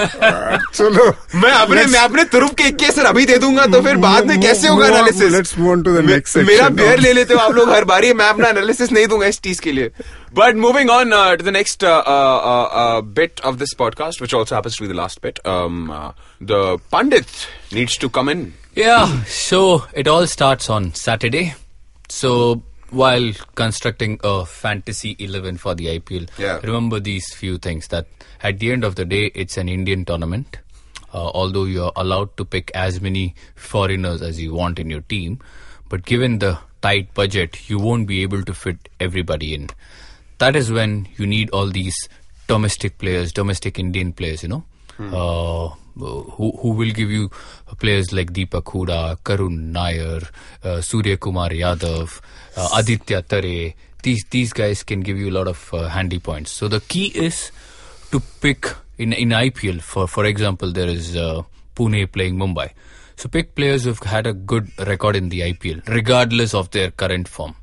S4: चलो
S3: मैं अपने मैं अपने तुरुप के इक्के सर अभी दे दूंगा तो फिर बाद में कैसे होगा
S4: Move on,
S3: analysis
S4: let's move on to the next section.
S3: मेरा बियर ले लेते हो आप लोग हर बारी मैं अपना एनालिसिस नहीं दूंगा इस चीज के लिए but moving on to the next uh, bit of this podcast which also happens to be the last bit uh, the Pandit needs to come in
S5: Yeah, so it all starts on Saturday. So while constructing a fantasy 11 for the IPL,
S3: Yeah.
S5: remember these few things that at the end of the day, it's an Indian tournament. Uh, although you're allowed to pick as many foreigners as you want in your team, but given the tight budget, you won't be able to fit everybody in. That is when you need all these domestic players, domestic Indian players, you know uh, who who will give you players like Deepak Huda, Karun Nair, uh, Surya Kumar Yadav, uh, Aditya Tare. These these guys can give you a lot of uh, handy points. So the key is to pick in in IPL. For for example, there is uh, Pune playing Mumbai. So pick players who've had a good record in the IPL, regardless of their current form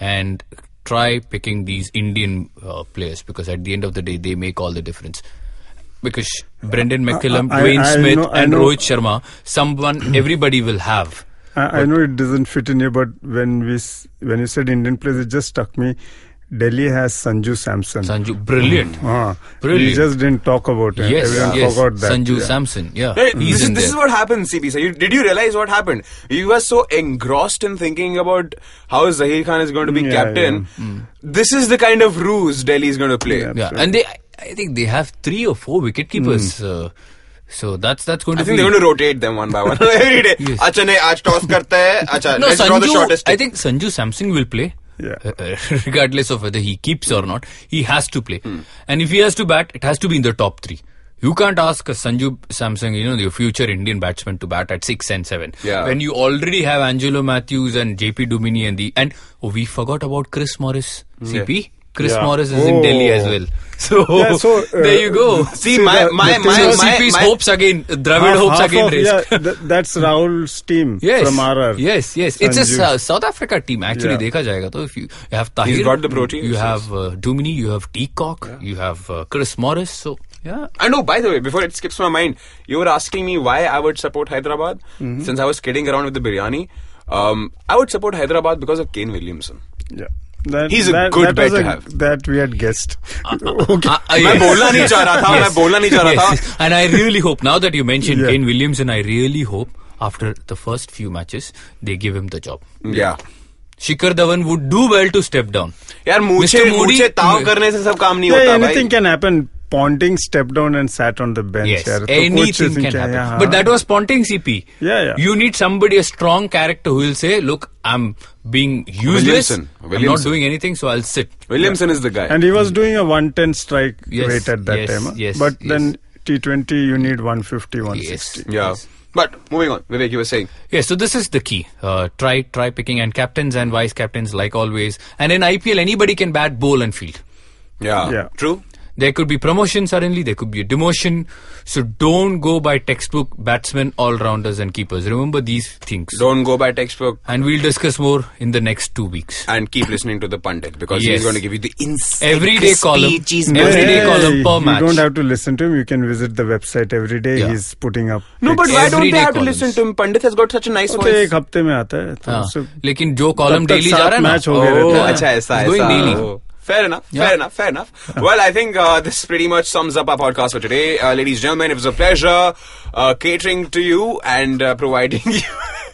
S5: and try picking these Indian uh, players because at the end of the day they make all the difference. Because Brendan McCullum,
S4: Uh, I-
S5: Dwayne
S4: I
S5: Smith,
S4: know- I
S5: and
S4: know-
S5: Rohit Sharma, someone everybody will have.
S4: Uh, I, I know it doesn't fit in here but when we s- when you said Indian players it just struck me Delhi has Sanju Samson
S5: Sanju, brilliant.
S4: Ah, we
S5: Brilliant.
S4: just didn't talk about it
S5: yes,
S4: everyone
S5: yes.
S4: forgot that
S5: Sanju
S4: Yeah.
S5: Samson, yeah,
S3: Hey,
S5: he's
S3: this, is,
S5: in
S3: this is
S5: there.
S3: what happened, CB. sir. You, did you realize what happened? You were so engrossed in thinking about how Zahir Khan is going to be
S4: Yeah, Mm.
S3: captain. This is the kind of ruse Delhi is going to play.
S5: yeah, and they, I- I think they have three or four wicketkeepers.
S4: Mm.
S5: Uh, so that's that's going
S3: I
S5: to
S3: think
S5: be.
S3: they're going to rotate them one by one every day.
S5: Yes.
S3: अच्छा नहीं आज toss करता है अच्छा
S5: no,
S3: let's draw the
S5: Sanju.
S3: shortest.
S5: I think Sanju Samson will play.
S4: Yeah.
S5: Uh, uh, regardless of whether he keeps or not, he has to play. And if he has to bat, it has to be in the top three. You can't ask a Sanju Samson, you know, your future Indian batsman to bat at six and seven.
S3: Yeah.
S5: When you already have Angelo Matthews and JP Dumini and the and oh, we forgot about Chris Morris. CP? Chris
S4: Yeah.
S5: Morris is in
S4: Oh.
S5: Delhi as well. So,
S4: Yeah, so, uh,
S5: there you go.
S3: See, my, my, my,
S5: My,
S3: my,
S5: CP's
S3: my-
S5: hopes again. Dravid
S4: Half-
S5: hopes
S4: half
S5: again
S4: of-
S5: raised.
S4: yeah, th- that's Rahul's team
S5: Yes.
S4: from RR.
S5: Yes, yes. It's a
S4: Sanju.
S5: Sa- South Africa team actually.
S4: Yeah.
S5: देखा जाएगा तो if you, you have Tahir,
S3: got the protein,
S5: You
S3: yes.
S5: have uh, Dumini, you have Deacock, you have uh, Chris Morris. So yeah,
S3: I know, by the way, before it skips my mind, you were asking me why I would support Hyderabad.
S5: Mm-hmm.
S3: Since I was kidding around with the biryani, um, I would support Hyderabad because of Kane Williamson.
S4: Yeah. That,
S3: He's a
S4: that,
S3: good
S4: that
S3: bet
S4: was
S3: to
S4: a-
S3: have.
S4: That we had guessed. okay.
S5: Uh, uh,
S3: मैं
S5: yes.
S3: बोलना नहीं चाह रहा था, मैं बोलना नहीं चाह रहा
S5: Yes,
S3: था।
S5: yes. And I really hope now that you mentioned
S4: Yeah.
S5: Kane Williamson, I really hope after the first few matches they give him the job.
S3: Yeah.
S5: Shikhar Dhawan would do well to step down.
S3: यार मूछे
S5: Mr. Modi-
S3: मूछे ताव करने से सब काम नहीं
S4: yeah,
S3: होता
S4: anything
S3: भाई
S4: can happen. Ponting stepped down and sat on the bench.
S5: Yes,
S4: यार. तो coach
S5: anything
S4: is
S5: can
S4: thinking,
S5: happen.
S3: Uh-huh.
S4: yeah,
S5: But that
S4: huh.
S5: was Ponting CP.
S4: Yeah, yeah.
S5: You need somebody, a strong character who will say, "Look, I'm being useless.
S3: Williamson.
S5: I'm not
S3: Williamson.
S5: doing anything, so I'll sit."
S3: Williamson is the guy.
S4: And he was doing a 110 strike
S5: Yes,
S4: rate at that
S5: yes,
S4: time. huh?
S5: yes,
S4: but
S5: yes.
S4: then T20, you need 150, 160.
S5: Yes.
S3: yeah. But moving on, Vivek, you were saying.
S5: Yeah, so this is the key. Uh, try try picking and captains and vice captains like always. And in IPL, anybody can bat, bowl, and field.
S3: Yeah.
S4: Yeah.
S3: True.
S5: There could be promotion suddenly. There could be a demotion. So don't go by textbook batsmen, all rounders, and keepers. Remember these things.
S3: Don't go by textbook
S5: And we'll discuss more in the next two weeks.
S3: and keep listening to the pundit because
S5: Yes.
S3: he's going to give you the insight.
S5: Everyday column. Everyday
S4: Hey,
S5: column per
S4: you
S5: match.
S4: don't have to listen to him. You can visit the website every day.
S5: Yeah.
S4: He's putting up.
S3: No, but
S4: pics.
S3: why don't they
S5: Everyday
S3: have to
S5: columns.
S3: listen to him? Pandit has got such a nice
S4: वो तो
S3: voice.
S4: एक हफ्ते में आता है तो
S5: हाँ,
S4: उससे
S5: लेकिन जो कॉलम
S4: तब तक
S5: डेली जा
S4: सात
S5: रहा है ना
S4: मैच हो
S5: ओ,
S4: गए रहते हैं।
S5: Yeah.
S3: अच्छा ऐसा
S5: It's going
S3: ऐसा
S5: daily.
S3: Oh. Fair enough, fair
S5: Yeah.
S3: enough, fair enough. Well, I think uh, this pretty much sums up our podcast for today. Uh, ladies and gentlemen, it was a pleasure uh, catering to you and uh, providing you.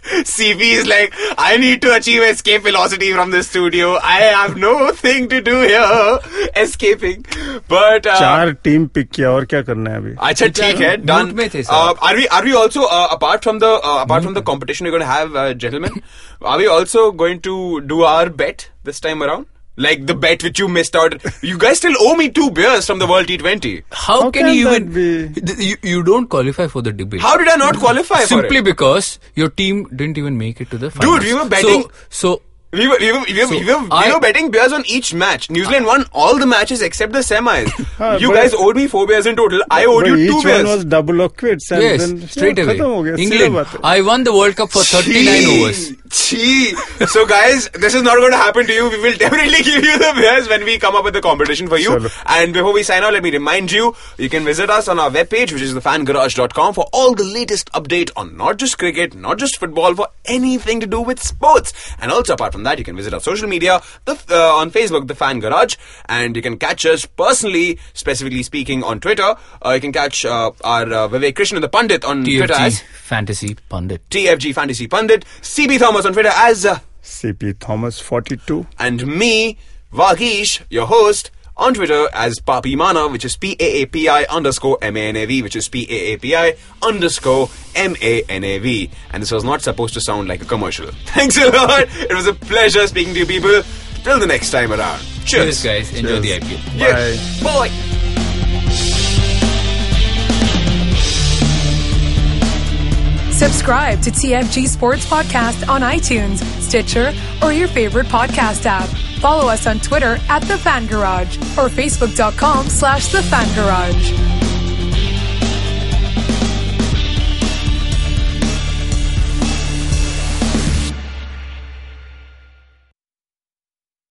S3: CV is like, I need to achieve escape velocity from the studio. I have no thing to do here. Escaping. But. Uh,
S4: चार team pick किया और क्या करना है अभी
S3: अच्छा ठीक है Uh,
S5: mute
S3: डन
S5: में थे sir.
S3: Are we are we also apart from the apart from the competition we going to have gentleman are we also going to do our bet this time around Like the bet which you missed out. You guys still owe me two beers from the World T20.
S5: How,
S4: How
S5: can,
S4: can
S5: you
S4: that
S5: even?
S4: be?
S5: Th- You, you don't qualify for the debate.
S3: How did I not qualify for
S5: Simply
S3: it?
S5: because your team didn't even make it to the finals.
S3: Dude, we were betting-
S5: So, so
S3: We were, we were, we were,
S5: So,
S3: we were, we
S5: I-
S3: were betting beers on each match. New Zealand won all the matches except the semis.
S4: हाँ,
S3: you
S4: but-
S3: guys owed me four beers in total. I owed
S4: But
S3: you two
S4: each one
S3: beers.
S4: was double of quits and
S5: yes,
S4: then
S5: straight
S4: yeah,
S5: away.
S4: खत्म हो गया सीधा
S5: England.
S4: बात है।
S5: I won the World Cup for 39 overs.
S3: Gee. So, guys, this is not going to happen to you. We will definitely give you the beers when we come up with the competition for you.
S4: Chalo.
S3: And before we sign out, let me remind you you can visit us on our webpage, which is thefangarage.com, for all the latest update on not just cricket, not just football, for anything to do with sports. And also, apart from that, you can visit our social media the, uh, on Facebook, The Fan Garage, and you can catch us personally, specifically speaking, on Twitter. Uh, you can catch uh, our uh, Vivek Krishnan, the Pandit, on Twitter
S5: TFG
S3: as
S5: Fantasy Pundit.
S3: TFG Fantasy Pundit, CB Thomas on Twitter as uh,
S4: CP Thomas 42.
S3: and me, Vagish, your host, on Twitter as Papi Mana, which is P A A P I underscore M A N A V, which is P A A P I underscore M A N A V. And this was not supposed to sound like a commercial. Thanks a lot. It was a pleasure speaking to you people. Till the next time around. Cheers,
S5: Cheers, guys. Enjoy the IPL.
S3: Yes. Bye.
S6: Subscribe to TFG Sports Podcast on iTunes, Stitcher, or your favorite podcast app. Follow us on Twitter at The Fan Garage or Facebook.com slash The Fan Garage.